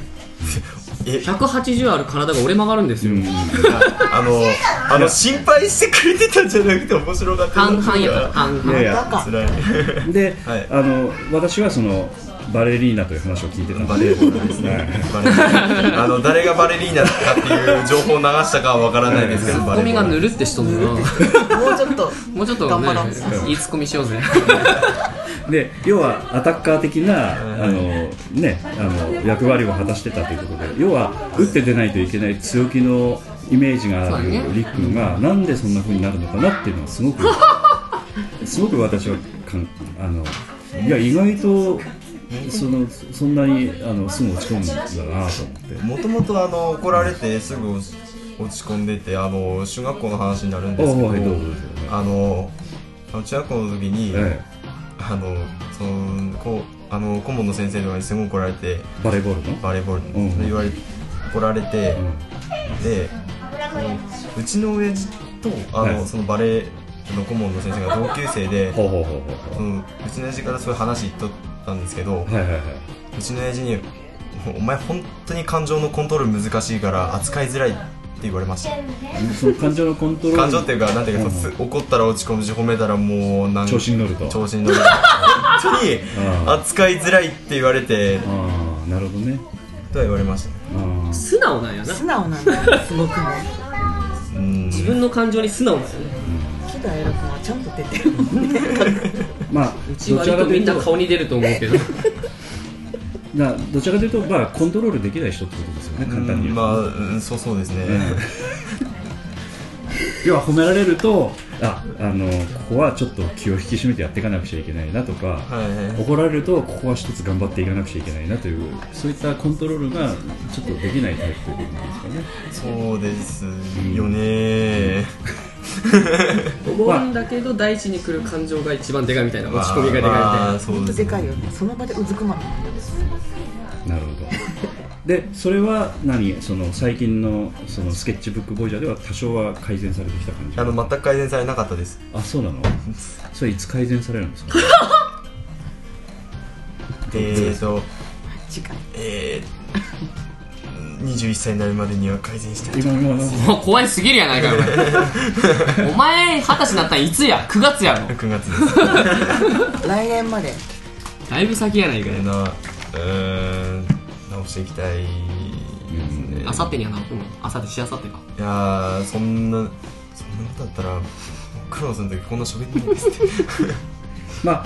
え180ある体が折れ曲がるんですうよ、んあのあの心配してくれてたんじゃなくて面白かった半々やから半い々やいやバカ辛いで、はいあの私はそのバレリーナという話を聞いてたバのレでーボールですねバレーあの誰がバレリーナだったっていう情報を流したかはわからないですけどバゴレーミボがーぬルるってしとんのなもうちょっともうちょっと頑張ろねういいツッコミしよう ぜで要はアタッカー的なあの、ね、あの役割を果たしてたということで要は打って出ないといけない強気のイメージがあるそうだねリックンがなんでそんな風になるのかなっていうのはす ごくすごく私はかんあのいや意外とそのそんなにあのすぐ落ち込むんだなと思って。もともとあの怒られてすぐ落ち込んでてあの中学校の話になるんですけおうはいどうぞどうぞあのあの中学校の時に、えあのそのこうあの顧問の先生とかにすごい怒られてえ、バレーボールの、バレーボール、うん言われ怒られて、うんでうちの親父とあの、はいそのバレーの顧問の先生が同級生で、ほうほうほうほうそほのうちの親父からそういう話言っとったんですけど、うはいはいはいうちの親父に「お前本当に感情のコントロール難しいから扱いづらい」って言われましたその感情のコントロール感情っていうかなんていうか、うんそうす怒ったら落ち込むし褒めたらもうなん調子に乗ると調子に乗る本当にうん扱いづらいって言われてああなるほどねとは言われましたねあー素直なんやな素直なんだすごくねうん自分の感情に素直なんやね喜怒哀楽がちゃんと出て るまあどちら割かとといみうんなと顔に出ると思うけどなどちらかというとまあコントロールできない人ってことですよね簡単にう言んうまとあ、うん、そうそうですね、要は褒められるとああのここはちょっと気を引き締めてやっていかなくちゃいけないなとか、はい怒られるとここは一つ頑張っていかなくちゃいけないなというそういったコントロールがちょっとできないタイプということなんですかねそうですよね思うんだけど第一に来る感情が一番でかいみたいな落ち込みがでかいみたいな、まあそう本で当すでねかいよねその場でうずくまるなるほどでそれは何その最近のそのスケッチブックボイジャーでは多少は改善されてきた感じあの全く改善されなかったですあそうなのそれいつ改善されるんで すかえーと時間えー、21歳になるまでには改善したい今今のもう怖いすぎるやないかよお 前お前二十歳になったんいつや9月やろ9月です来年までだいぶ先やないかえいーなうーん直していきたいですねあさってにはなうんあさってしあさってかいやーそんなそんなことだったらクロノスの時こんな喋ってないですってまあ、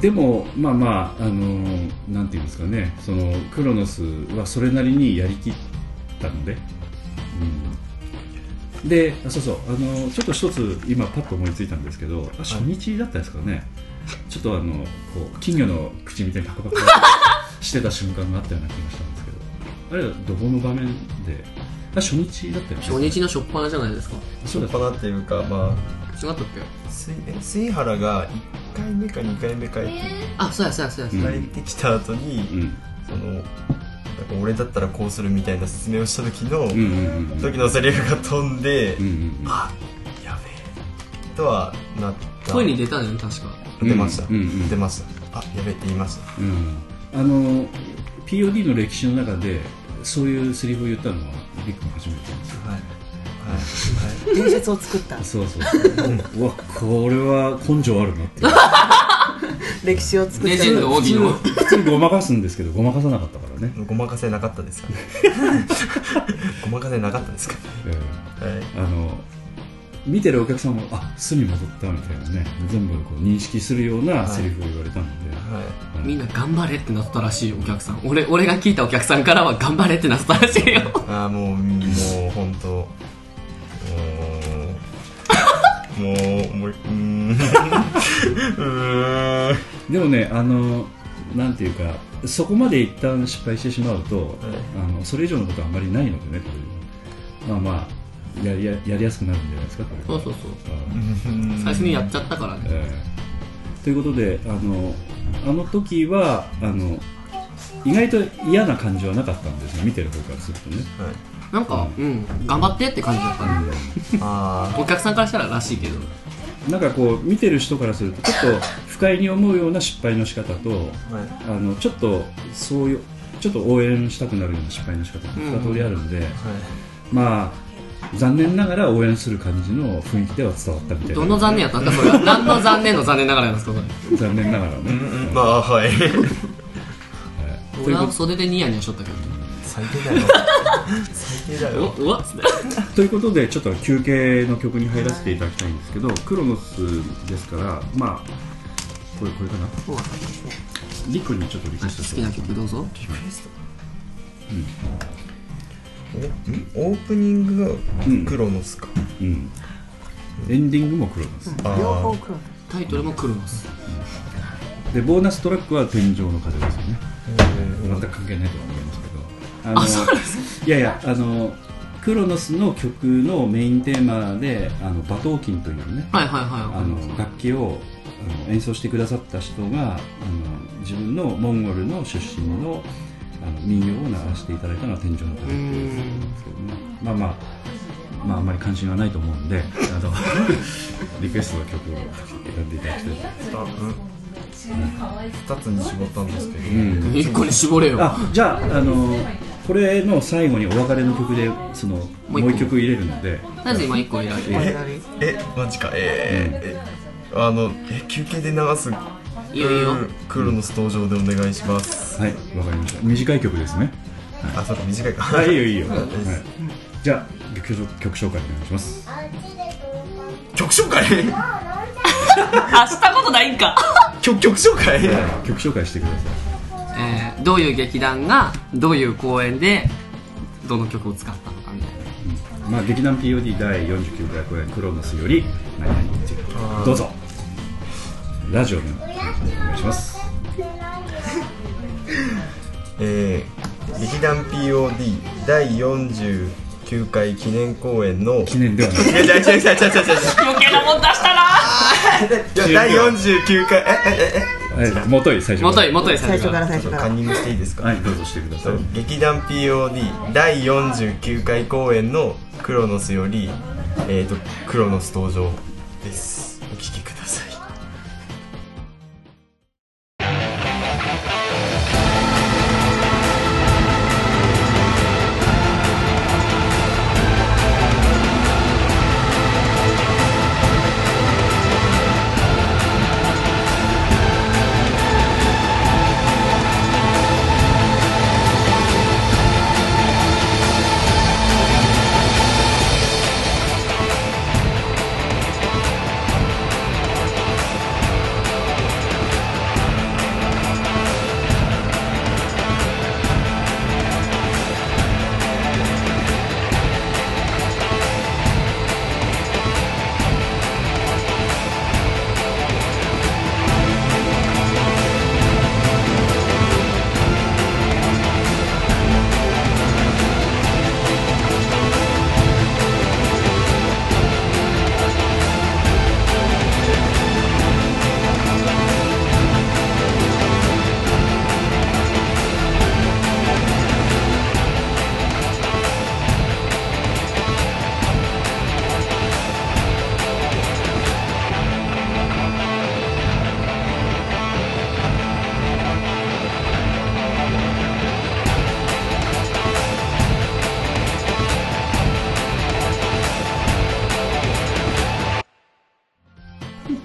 でも、まあまあ、あのなんていうんですかね、そのクロノスはそれなりにやりきったので、うん、で、あそうそう、あのちょっと一つ、今、パッと思いついたんですけど、あ初日だったんですかね、ちょっとあのこう金魚の口みたいにパカパカ してた瞬間があったような気がしたんですけど、あれはどこの場面で、あ初日だったよね、初日の初っ端じゃないですかそうだかなっていうかま違ったっけあ水え水原が1回目か2回目帰ってあそうやそうやそうやそううんや、帰ってきた後に、うんそのなんか俺だったらこうするみたいな説明をした時の、うんうんうんうん時のセリフが飛んで、うんうんうんあやべえとはなった声に出たのよね確か出ました、うんうんうん出ましたあやべえって言いましたうんあの POD の歴史の中でそういうセリフを言ったのはビッグも初めてなんですよはいはい、伝説を作ったそうそう そううわこれは根性あるなって いう歴史を作っレたジェンド帯の普通にごまかすんですけどごまかさなかったか らね、ごまかせなかったですかねごまかせなかったですかねええはいあの見てるお客さんもあ巣に戻ったみたいなね全部こう認識するようなセリフを言われたので、はいうんみんな頑張れってなったらしいよお客さん俺俺が聞いたお客さんからは頑張れってなったらしいよあーもうもう本当もうもうもううーん うーんでもねあのなんていうかそこまで一旦失敗してしまうと、あのそれ以上のことはあんまりないのでねこれまあまあやりややりやすくなるんじゃないですかこれそうそうそううん最初にやっちゃったからねええということであのあの時はあの意外と嫌な感じはなかったんですよ見てる方からするとね、はいなんかうん頑張ってって感じだったねあお客さんからしたららしいけどなんかこう見てる人からするとちょっと不快に思うような失敗の仕方とあはいあのちょっとそういうちょっと応援したくなるような失敗の仕方が2通りあるので、はいまあ残念ながら応援する感じの雰囲気では伝わったみたいなどの残念やったんですかそれは何の残念の残念ながらなんですかそ残念ながらね、うんうんまあはいれとい俺うこは袖でニヤニヤしとったけど最低だよ最低だよおうわっつってということでちょっと休憩の曲に入らせていただきたいんですけどクロノスですからまあこれこれかなそうだリクにちょっとリクエストし好てきな曲どうぞおんオープニングうんがクロノスか、うんエンディングもクロノス、あ両方ー黒タイトルもクロノスでボーナストラックは「天井の風」ですよねえ全く関係ないとは思いますけどあのいやいやあのクロノスの曲のメインテーマであの馬頭琴というねはいはいはいわあかりまの楽器をあの演奏してくださった人があの自分のモンゴルの出身のあの民謡を鳴らしていただいたのは「天井の風」っていうやつなんですけどねまあまあまああんまり関心はないと思うんで あのリクエストの曲を選んでいただきたいとーあうん2つに絞ったんですけど、うんす一個に絞れよあじゃああのこれの最後にお別れの曲でそのもう一個う一曲入れるのでなぜ今一個選ぶいなりえマジかえー、えあのえ休憩で流すいいよいいようんクロノス登場でお願いしますはいわかりました短い曲ですねあそうか短いかはいいいよいいよ、はいん、じゃあ曲紹曲紹介お願いします 曲紹介あしたことないんか曲曲紹介曲紹介してくださいえーどういう劇団がどういう公演でどの曲を使ったのかみたいなまあ、劇団 POD 第49回公演「クロノス」より何々チェックどうぞラジオでお願いしますえー、劇団 POD 第49回記念公演の記念ではないいや違う違う違う違う違う余計なもん出したな違ういや第49回えええはいもとい最初元い元い最初最か初からら最えちょ初かっとらカンニングしていいですか、はいどうぞしてください劇団 POD 第49回公演の「クロノス」より、えー、とクロノス登場ですお聴きください「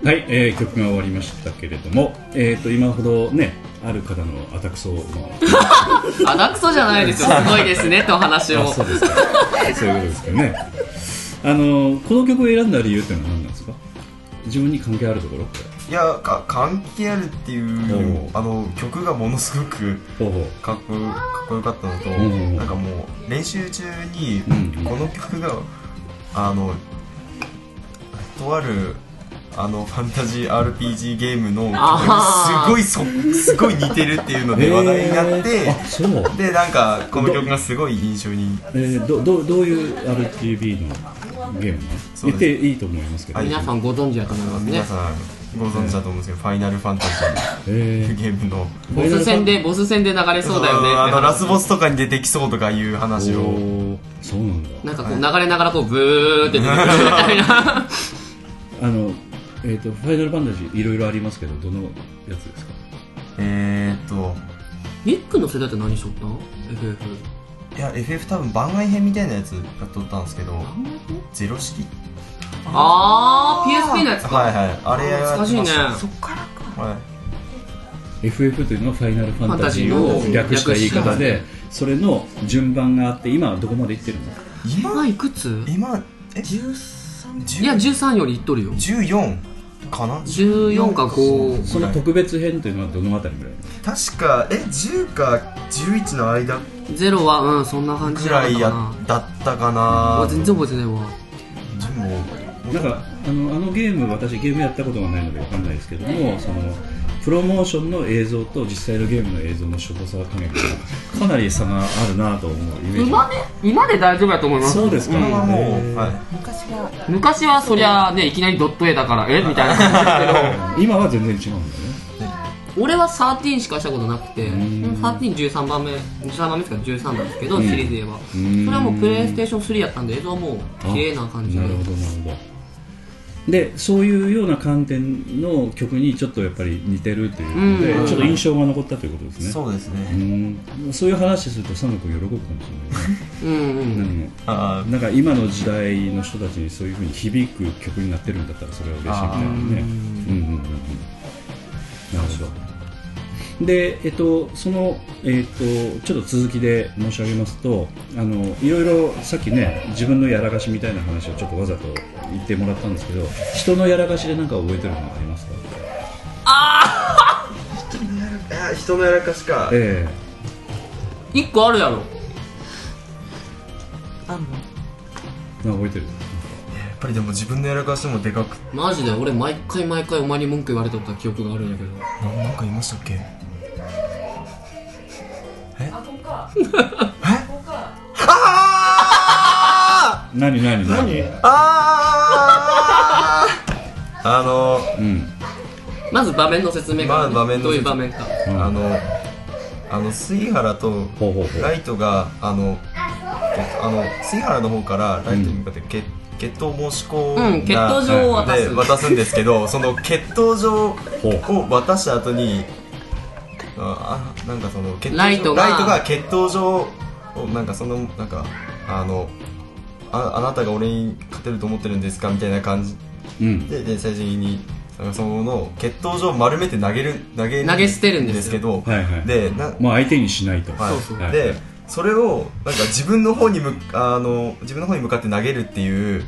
はい、えー、曲が終わりましたけれども、えー、と今ほどねある方のアタクソのあだくそじゃないですよすごいですねってお話をあそ うですかそういうことですけどねあのこの曲を選んだ理由っていうのは何なんですか自分に関係あるところこいやか関係あるっていうよりもあの曲がものすごくれほうほうかっこよかっこよかったのと、んなんかもう練習中にうんこの曲が、あのとあるあのファンタジー RPG ゲームのあー曲にすごいそすごい似てるっていうのえでー話題になって、あそう、でなんかこの曲がすごい印象にえー、どどどういう RTV のゲームなのそう言でっすていいと思いますけど、はい皆さんご存知だと思いますね皆さんご存知だと思うんですけど、ファイナルファンタジーえっていうー、ゲームのボス戦でボス戦で流れそうだよねってあのラスボススとかに出てきそうとかいう話おをーそうなんだなんかこう流れながらこうブーって出てくるみたいなあのえっ、とファイナルファンタジーいろいろありますけどどのやつですかえーっとニックの世代って何しとった ?FF いや FF 多分番外編みたいなやつやっとったんですけどゼロ式あー PSP のやつか、はいはいあれや懐かしいねはそっからかい FF というのはファイナルファンタジーファンタジーをを略した言い方略でそれの順番があって今はどこまでいってるの今今いくつ今えいや13 13よりいっとるよ14かな14か5その特別編というのはどのあたりぐらい確かえ10か11の間ゼロはうんそんな感じぐじゃならいいかなやだったかあな全然覚えてないわでもなんかあのあのゲーム私ゲームやったことがないのでわかんないですけどもそのプロモーションの映像と実際のゲームの映像のしょぼさ加減がかなり差があるなと思うイメージ今ね今で大丈夫だと思いますそうですか、今はもう、はい、昔は昔はそりゃねいきなりドット絵だからえみたいな感じだけど今は全然違うんだね俺は13しかしたことなくてん1313番目13番目ですか13なんですけど、シリーズではそんれはもうプレイステーション3やったんで映像はもう綺麗な感じあでなるほどなるほどでそういうような観点の曲にちょっとやっぱり似てるというので、うんちょっと印象が残ったということですねそうですうねんそういう話するとサム君喜ぶかも しうんうんれないね、あうん、なんか今の時代の人たちにそういうふうに響く曲になってるんだったらそれは嬉しいみたいなねうんうんうんうんなるほどでえっとそのえっとちょっと続きで申し上げますとあのいろいろさっきね自分のやらかしみたいな話をちょっとわざと言ってもらったんですけど人のやらかしで何か覚えてるのありますかあ人のやらかしかえ1個あるやろあんのえなんか覚えてるやっぱりでも自分のやらかしもでかくマジで俺毎回毎回お前に文句言われとった記憶があるんやけどななんかいましたっけあここかここかあ何何何ーあーあのうんまず場面の説明から、ねまあ場面のどういう説場明面かうんあのあの杉原とほうほうほうライトがあのあの杉原の方からライトに向かって血血糖申し子がうん血糖状を渡すで渡すんですけ どその血糖状ほうを渡した後にああなんかその血糖状ライトがライトが血糖状をなんかそのなんかあのああなたが俺に勝てると思ってるんですかみたいな感じうんでで最終的になんかその血糖状を丸めて投げる投げる投げ捨てるんですよけど、はいはいでなまあ相手にしないと、はい、そうそうはいでそれをなんか自分の方に向あの自分の方に向かって投げるっていう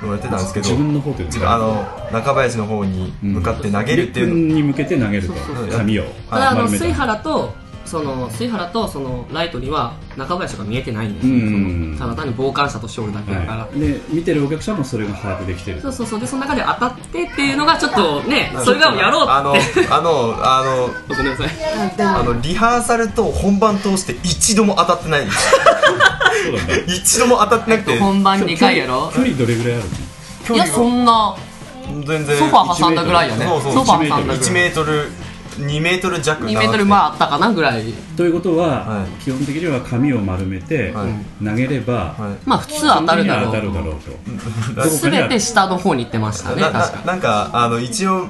のをやってたんですけど自分の方という自分かあの中林の方に向かって投げるっていうの、に向けて投げるとそうそうそう髪をただあの丸めた水原とその水原とそのライトには中林が見えてないんですうよ、んそのただ単に傍観者としておるだけだから、はい、で見てるお客さんもそれが把握できてるそうそうそうでその中で当たってっていうのがちょっとねなんかそれがやろうあのってあのあのごめんなさいあだあのリハーサルと本番通して一度も当たってないんですそうなんだ一度も当たってなくて本番2回やろ距離どれぐらいあるいやそんな全然ソファー挟んだぐらいよねそうそうソファー挟んだぐらい1メートル2メートル弱2メートルあまああったかなぐらいのということは、はい基本的には髪を丸めて、はい投げれば、はいまあ普通当たるだろ当たうるだろうと全て下の方に行ってましたねな確なかなんかあの一応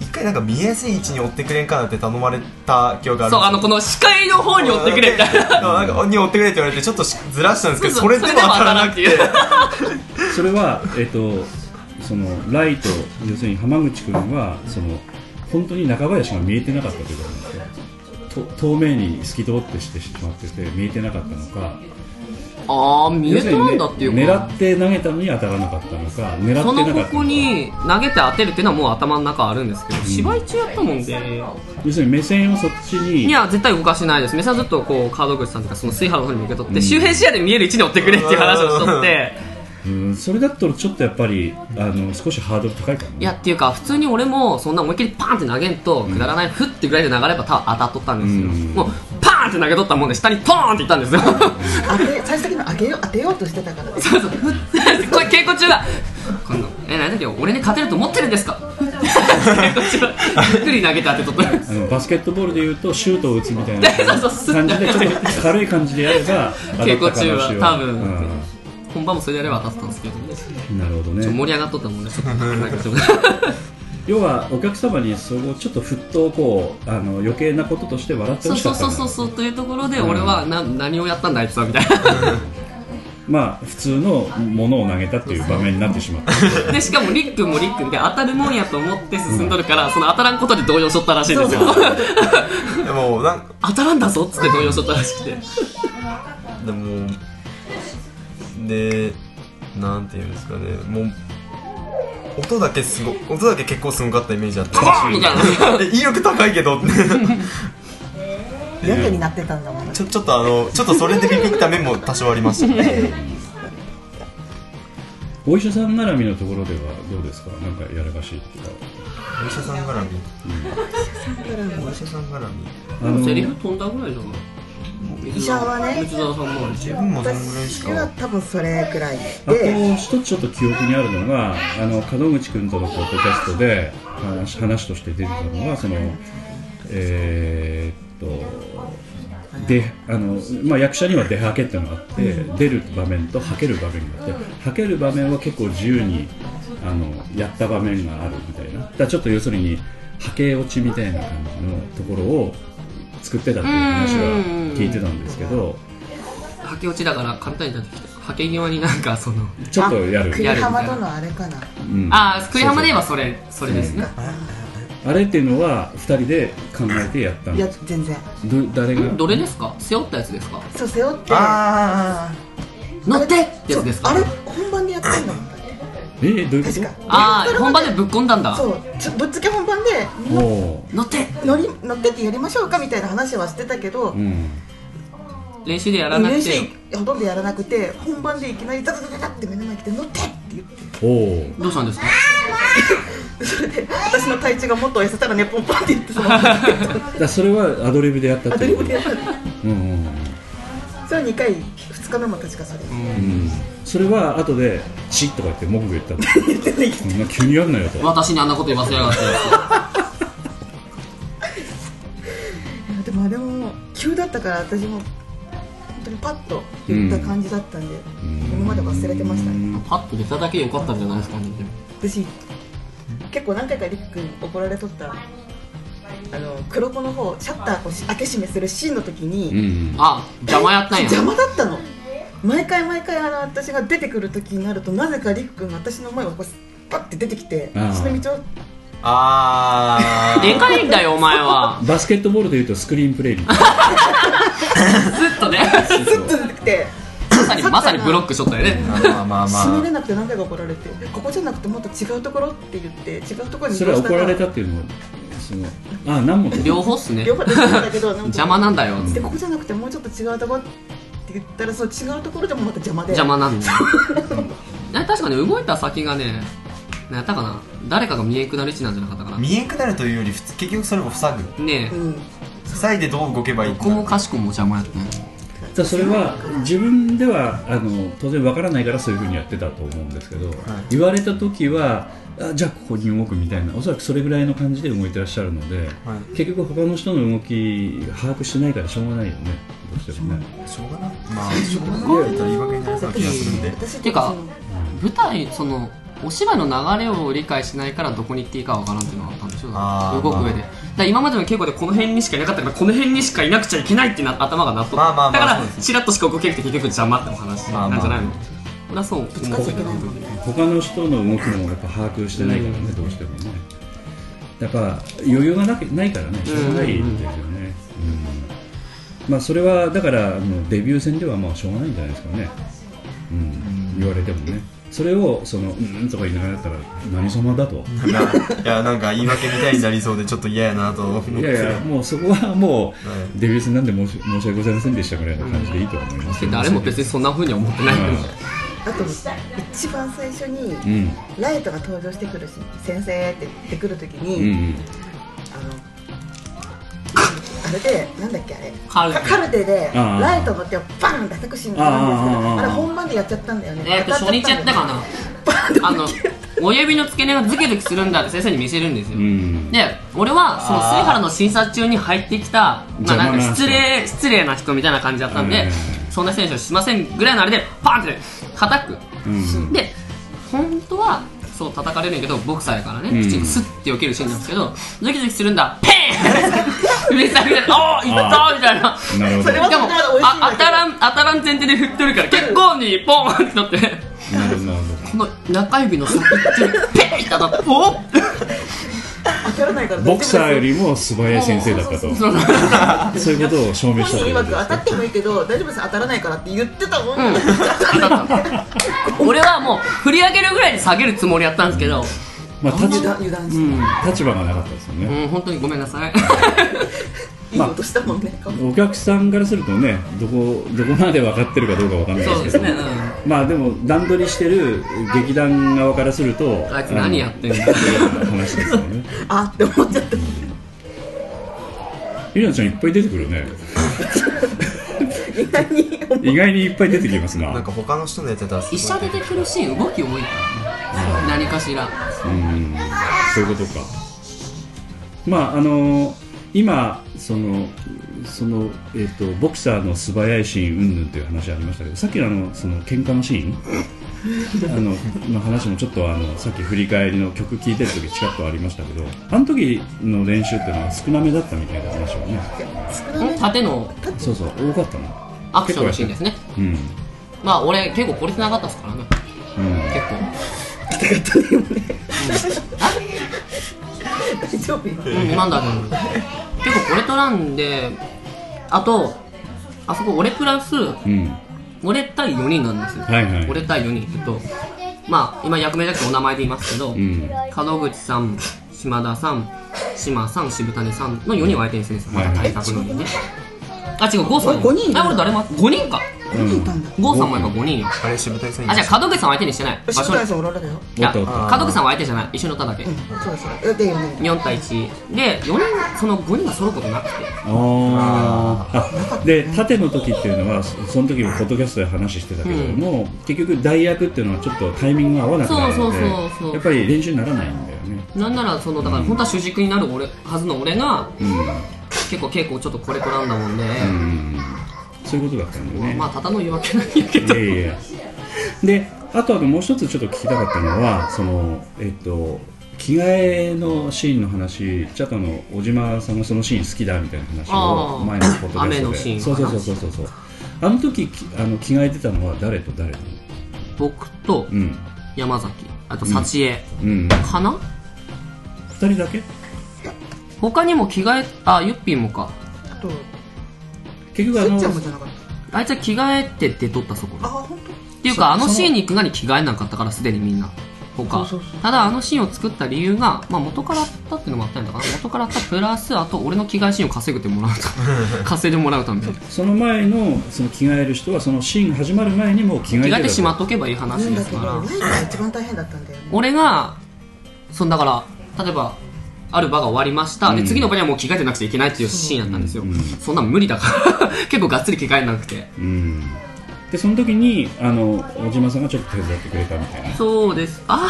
一回なんか見えやすい位置に追ってくれんかなって頼まれた記憶があるそうあのこの視界の方に寄ってくれ みたいななんかに追ってくれって言われてちょっとしずらしたんですけどそうそれでも当たらなくてそれでも当たらなくそれは、えっとそのライト要するに浜口君はその本当に中林が見えてなかったということなんですねと透明に透き通ってしてしまってて見えてなかったのかああ見えたんだっていうか、狙って投げたのに当たらなかったのか狙ってなかそったののこかこに投げて当てるっていうのはもう頭の中あるんですけど、芝居中やったもんで、要するに目線をそっちにいや、絶対動かしないです。目線はずっとこう、カード口さんとか、その水原の方に向け取って、周辺視野で見える位置に追ってくれっていう話をしとって、うんそれだったらちょっとやっぱりあの少しハードル高いかもいや、っていうか、普通に俺も、そんな思いっきりパーンって投げんと、くだらない、ふってぐらいで流れば多分当たっとったんですよ。うんもう、パーンって投げとったもんで、下にポーンっていったんですよ。当て最終的に当てよう当てようとしてたからそうそう、 ふっこれ稽古中だ。このえ、何だっけ、俺に勝てると思って るんですか稽古中は、ゆっくり投げて当てとったんですあのバスケットボールでいうとシュートを打つみたいな そうそう感じでちょっと軽い感じでやれ ば稽古中は当たった可能性多分本番もそれやれば当たったんですけどね。うんなるほどちょっとね盛り上がっとったもん ね、ちょっと。なんかちょっと要はお客様にそのちょっと沸騰こうあの余計なこととして笑ってそほうしそかうったんそうだそうそうというところで俺はな、何をやったんだあいつはみたい なまあ普通のものを投げたっていう場面になってしまったでしかもりっくんもりっくんで当たるもんやと思って進んどるから、その当たらんことで動揺しとったらしいんですよでもなん当たらんだぞっつって動揺しとったらしくてでもでなんていうんですかねもう音だけすご音だけ結構すごかったイメージあってパーンみたいな 威力高いけどって やけになってたんだもんねちょちょっとあのちょっとそれでビビった面も多少ありましたねお医者さん絡みのところではどうですかなんかやらかしいっていうかお医者さん絡みお医者さん絡みあのセリフ飛んだぐらいじゃない医者はね水沢さんもあるし自分もそんぐらいし私はか多分それくらいあとで一つちょっと記憶にあるのがあの門口君とのポッドキャストで話話として出てたのがそのえーっとであのまあ、役者には出はけっていうのがあって、出る場面とはける場面があってはける場面は結構自由にあのやった場面があるみたいなだからちょっと要するにはけ落ちみたいな感じのところを作ってたっていう話は聞いてたんですけどはけ落ちだから簡単に出てきてはけ際になんかそのちょっとやる。栗浜とのあれかなうんああ栗浜で言えばそれそれですねあれっていうのは2人で考えてやったんいやです全然ど誰がどれですか背負ったやつですかそう背負ってあ乗ってってやつですかあれ本番でやったんだもんえーどういう確かこああ本番でぶっ込んだんだそうちょぶっつけ本番でとおー乗って乗り乗ってってやりましょうかみたいな話はしてたけどうん練習でやらなく練習てほとんどやらなくて本番でいきなりダダダダダって目の前に来て乗ってって言っておーどうしたんですかそれで私の体調がもっと痩せたらねポンポンって言ってそ のだからそれはアドリブでやったってことうんうんうんそれ2回2日目も確かそれうんそれは後で「チッ」とか言って文句言ったのそんな急にやんなよと私にあんなこと言わせやがって でもあれも急だったから私も本当にパッと言った感じだったんで、今まで忘れてましたねパッと出ただけ良かったんじゃないですかね私結構何回かりっくん怒られとったあの黒子の方シャッターこうし開け閉めするシーンの時に、うんうんあ邪魔やったんや 邪魔だったの毎回毎回あの私が出てくる時になるとなぜかりっくんが私の前をこうパッて出てきてあーその道をああでかいんだよお前はバスケットボールでいうとスクリーンプレイみたいずっとねなそうそう出てきてまさにまさにブロックしとったよねーまあまあまあ 閉めれまなくて何回か怒られてここじゃなくてもっと違うところって言って違うところに移そ動れはした怒かられたっていうのはそのああ何も両方っすね両方出てきたんだけどなんか邪魔なんだよでここじゃなくてもうちょっと違うとこって言ったらその違うところでもまた邪魔で邪魔なんだよ あれ確かね動いた先がね何やったかな誰かが見えんくなる位置なんじゃなかったかあなね見えんくなるというより普通結局それも塞えうんぐ塞いでどう動けばいいこかこもかしこも邪魔やったんやじゃあそれは自分ではあの当然わからないからそういうふうにやってたと思うんですけど、言われた時はあじゃあここに動くみたいなおそらくそれぐらいの感じで動いてらっしゃるので、はい結局他の人の動き把握してないからしょうがないよねどうしてもねしょうがないまあしょうがないったら言い訳になりそうな気がするんで私てか舞台そのお芝居の流れを理解しないからどこに行っていいかわからんっていうのがあったんでしょうねあー動く上でだから今までの稽古でこの辺にしかいなかったからこの辺にしかいなくちゃいけないってな頭がなっとったまあまあまだあかそうでらすチラッとしか動けなくて結局邪魔ってお話なんじゃないの、まあま俺はそう思う難しいけどもね他の人の動きもやっぱ把握してないからね、どうしてもねやっぱ余裕がなくないからねしょうがないんですよね、うんまあそれはだからあのデビュー戦ではまあしょうがないんじゃないですかね、うん、言われてもねそれをその「うん」とか言いながらやったら何様だとない やなんか言い訳みたいになりそうでちょっと嫌やなと思っていやいやもうそこはもはうデビュー戦なんで申し申し訳ございませんでしたぐらいの感じでいいと思いますよ、誰も別にそんな風には思ってないあと一番最初にうんうんライトが登場してくるし「先生」って言ってくるときうんに、うんあのあれでなんだっけあカれルテカカルテであーライトの手をバーンって叩くシーンがあるんですけあーあーあどーあれ本番でやっちゃったんだよねえっと初日やったかなあの親指の付け根がズキズキするんだって先生に見せるんですよ、うんで俺はその杉原の審査中に入ってきたまあ、邪魔ななんか人失礼失礼な人みたいな感じだったんで、うそんな選手はしませんぐらいのあれでパーンって叩くうんで本当はそう叩かれるんやけどボクサーやからね、うんきちんとスッて避けるシーンなんですけどドキドキするんだペーン 上下 げておーいったーみたいななるほそれどはしかもそあれは美味しいんだけど当たらん当たらん前提で振ってるから結構にポーンってなってなるほどなるほどこの中指の先っちょにペーンって当たっておー当たらないから大丈ボ夫ですクサーよりも素早い先生だったとそうそういうことを証明した本とい人う曰こくと当たでってもいいけど大丈夫です当たらないからって言ってたもん、うん俺はもう振り上げるぐらいで下げるつもりやったんですけどまあ立油場断油断うして、ん立場がなかったですよね、うん本当にごめんなさいいいことしたもんね、お客さんからするとねどこどこまで分かってるかどうか分かんな いそうでですすけどね、まあでも段取りしてる劇団側からするとあいつ何やってんのあの話ですよねあって思っちゃったゆりなちゃんいっぱい出てく るね意外に意外にいっぱい出てきますななんか他の人のやってたらすごい医者出てくるシーン動き多いからね何かしらうんそういうことかまああの今そのその、えっとボクサーの素早いシーンうんぬんという話ありましたけどさっきのあのその喧嘩のシー ンあのの話もちょっとあのさっき振り返りの曲聴いてる時チカッとありましたけどあの時の練習っていうのは少なめだったみたいな話はね縦のそうそう多かったのアクションのシーンですねうん、うん、まあ俺結構これてなかったですからね結構大丈夫ようん今んだけど結構これとらんであとあそこ俺プラスうん俺対4人なんですよ、はいはい俺対4人えっとまあ今役名だけお名前で言いますけど、うん門口さん島田さん島さん渋谷さんの4人を相手にするんですよ、はいはい体格のねあ違う郷さん五人いるあ俺誰も5人かうん郷さんもやっぱ5人よあれ渋谷さんいあまじしゃあ門口さんを相手にしてない渋谷いさんおられたよおっやたお門っ口たさんは相手じゃない一緒におっただけ、うんそうそうでよね4対1で4人その5人が揃うことなくてあーあで縦の時っていうのはそその時もポッドキャストで話してたけれども、結局代役っていうのはちょっとタイミングが合わなくなるのでそうそうそうそうやっぱり練習にならないんだよね、なんならそのだから本当は主軸になる俺はずの俺がうん結構稽古ちょっとこれこらんだもんで、うん、そういうことだったんだよね、まあただの言い訳なんやけいどやいやいやであとあともう一つちょっと聞きたかったのはそのえっと着替えのシーンの話チャタの小島さんがそのシーン好きだみたいな話をあー前のポッドキャストで雨のシーンそうそうそうそうそうそうあの時きあの着替えてたのは誰と誰と僕とうん山崎あと幸恵うんかな、二人だけ他にも着替えあゆっぴーもかあと結局あすのっちゃんもじゃなかったあいつは着替えて出とったそこあで本当っていうかあのシーンに行くがに着替えなかったからすでにみんな他そうそうそうただあのシーンを作った理由が、まあ、元からあったっていうのもあったんだから元からあったプラスあと俺の着替えシーンを稼ぐてもらうと稼いでもらうためにその前のその着替える人はそのシーンが始まる前にもう着替え着て替えてたしまっとけばいいな話んでだすけかどらライトが一番大変だったんだよね俺がそのだから例えばある場が終わりました、うでん次の場にはもう着替えてなくちゃいけないっていうシーンやったんですよ、うんそんなん無理だから 結構がっつり着替えなくてうんでその時にあの小島さんがちょっと手伝ってくれたみたいなそうですあ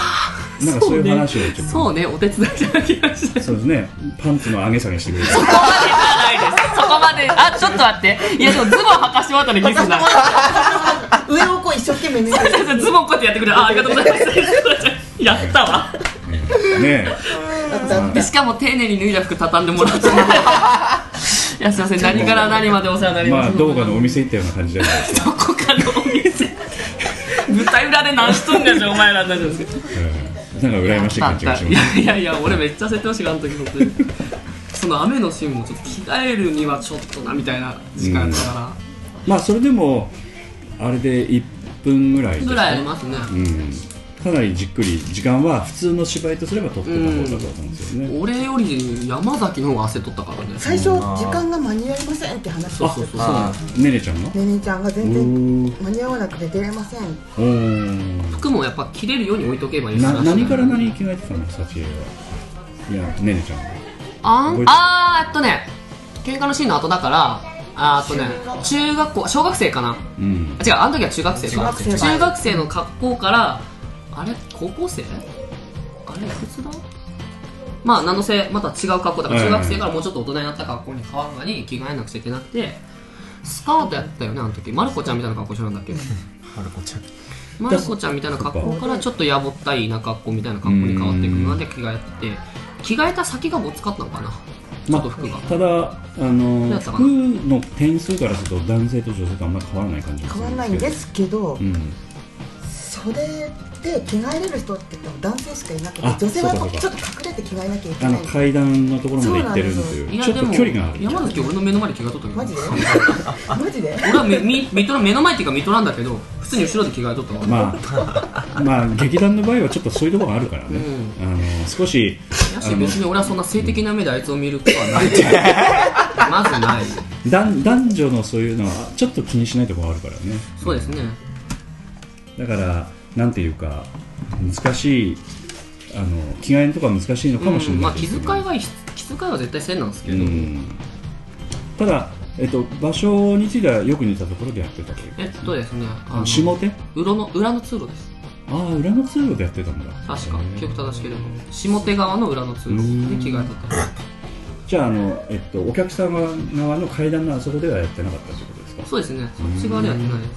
あなんかそういう話をちょっとそうねお手伝いいただきましたそうですねパンツの上げ下げしてくれるそこまでじゃないです。そこまで。あ、ちょっと待って。いや、でもズボン履かしてもらったの気づいない。上をこう一生懸命脱いでズボンこうやってやってくれる。あ、ありがとうございます。やったわ。ねだったで、しかも丁寧に脱いだ服畳んでもらったので。いや、すいません。何から何までお世話になえりま。ますあ動画のお店行ったような感じじゃないですかどこかのお店。舞台裏で何しとんねんじゃんお前らになるんですけどなんか羨ましい感じがしいますやいやいや俺めっちゃ焦ってましたよあの時本当に その雨のシーンもちょっと着替えるにはちょっとなみたいな時間だかまあそれでもあれで1分ぐらいら、ですぐからいありますねうんかなりじっくり時間は普通の芝居とすれば取ってた方だと思うんですよね、俺より山崎の方が焦っとったからね最初時間が間に合いませんって話をあしそてうそてうあねねちゃんがねねちゃんがう全然ー間に合わなくて出れませんおー服もやっぱ切れるように置いとけばいいしな何から何着替えてたのサチエはいやねねちゃんあ覚えんてあーえっとね喧嘩のシーンの後だからあーっとね中学校小学生かなうんあ違うあの時は中学生か中学生中学生の格好からあれ高校生あれいくつだまあ何のせまた違う格好だからうん中学生からもうちょっと大人になった格好に変わるのに着替えなくちゃいけなくてスカートやったよねあの時まる子ちゃんみたいな格好してたんだっけはるこちゃんマルコちゃんみたいな格好からちょっとやぼったい田舎っ子みたいな格好に変わっていくので着替えて着替えた先がぼつかったのかなちょっと服がただあのやつかな服の点数からすると男性と女性とあんまり変わらない感じがす変るわんんでなすいんけどですけどうんそれで着替えれる人って言っても男性しかいなくてあ女性そはうかそうかちょっと隠れて着替えなきゃいけあなのい階段のところまで行ってるんとそういなういやちょっでとも距離がある山崎俺の目の前で着替えとったけどマジでマジで俺はみみ水戸の目の前っていうか水戸なんだけど普通に後ろで着替えとったわ、まあ、まあ劇団の場合はちょっとそういうところがあるからね、うあの少しやあしの別に俺はそんな性的な目であいつを見ることはない まずない男男女のそういうのはちょっと気にしないところがあるからねそうですねだからなんていうか難しいあの着替えとか難しいのかもしれうんまなあいで気すけ遣いど、は気遣いは絶対せんなんですけど、うんただ、えっと、場所についてはよく似たところでやってたというえっとですねああのの下手あ裏の裏の通路ですあ裏の通路でやってたんだ確かへー記憶正しければ下手側の裏の通路で着替えとったじゃああの、えっと、お客様側の階段のあそこではやってなかったということですかそうですねそっち側ではやってないです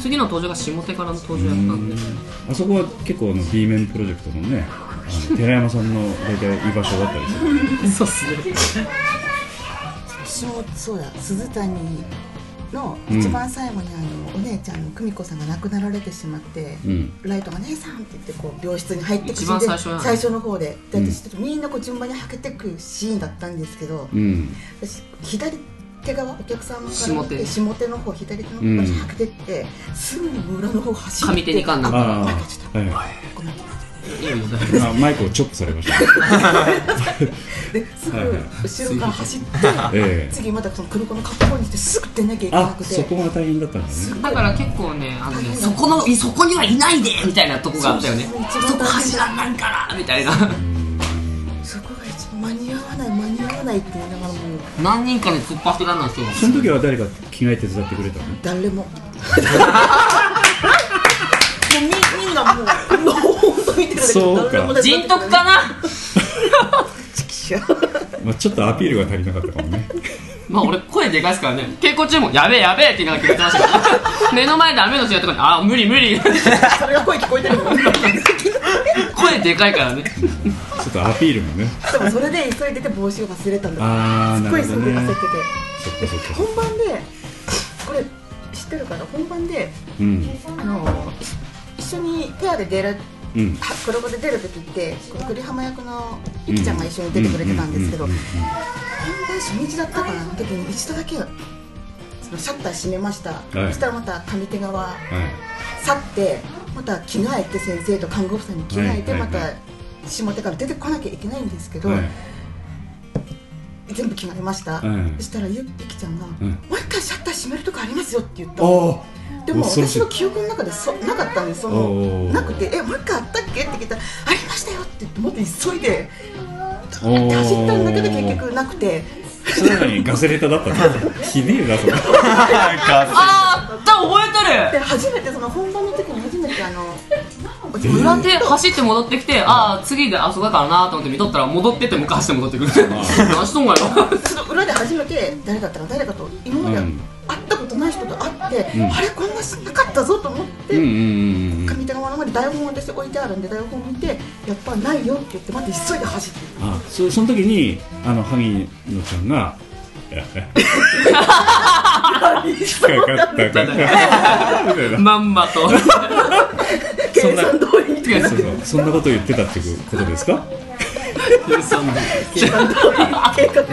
次の登場が下手からの登場やったんであそこは結構あの B 面プロジェクトのねあの寺山さんの大体居場所だったりそするうっすね私もそうだ鈴谷の一番最後にあの、お姉ちゃんの久美子さんが亡くなられてしまって、うんライトが「姉さん」って言ってこう病室に入ってく一番シーン最で初や最初の方ででうん私ちょっとみんなこう順番にはけてくシーンだったんですけど、うん私左手側お客様から下見手て下手の方左手の方にはけてって、すぐに裏の方走って上手にかんなあんあかはいはいごめんいいよだいぶあマイクをチョップされま した、ですぐはいはい後ろから走って、ええ次またその車の格好にしてすぐ出なきゃいけなあくてそこが大変だったんだねだから結構ね、あのね、そこの、いそこにはいないでみたいなとこがあったよね。そうそうそこ走らないからみたいな。そこが一番間に合わない間に合わないって言いながらもう何人かに突っ走らない人が。そ の時は誰か着替え手伝ってくれたの誰ももうみみんなもうもう本当見てるだけそうか誰も手伝っ人てくれない徳かなまあ、ちょっとアピールが足りなかったかもねまあ俺声でかいですからね。稽古中も、やべえやべえって言いながら聞いてましたから。目の前で雨の日やったから、あー、無理無理。 それが声聞こえてるもんで声でかいからね。ちょっとアピールもねもそれで急いでて帽子を忘れたんだああすっなごいる急ほいどで焦っねててそっかそっかそっ本か番でこれ知ってるかな本番でうんあの一緒にペアで出るうんは黒子で出る時ってこの栗浜役のゆきちゃんが一緒に出てくれてたんですけどうう本う番初日だったかなあの時に一度だけそのシャッター閉めました、いそしたらまた上手う側んはい去ってまた着替えて先生と看護婦さんに着替えてはいはまいはいた下手から出てこなきゃいけないんですけど、はい全部着替えました、はいそしたらゆゆきちゃんが、うんもう一回シャッター閉めるとこありますよ」って言ったのあでも恐ろしい私の記憶の中でそなかったんですそおのーなくて「えもう一回あったっけ?」って聞いたら「ありましたよ」って言ってもっと急いであおお走ったんだけど結局なくてそれなのにガセレタだったの ひでえなそれ あー、あった覚でえ初めてその本番の時に初めてあのてる裏手走って戻ってきて、あー、次であそこだからなと思って見とったら、戻ってってもう一回走って戻ってくる。何しとんがよ。その裏で初めて誰だったか誰かと今までうん会ったことない人と会って、うんあれこんな人なかったぞと思うって、んうんうんうん上手側の前で台本を私置いてあるんで台本を見てやっぱないよって言ってまた急いで走ってあそその時 にあの萩野ちゃんがそ高かったかまんまと計算通りに計 そ算うそんなこと言ってたってことですかで計画通り引っ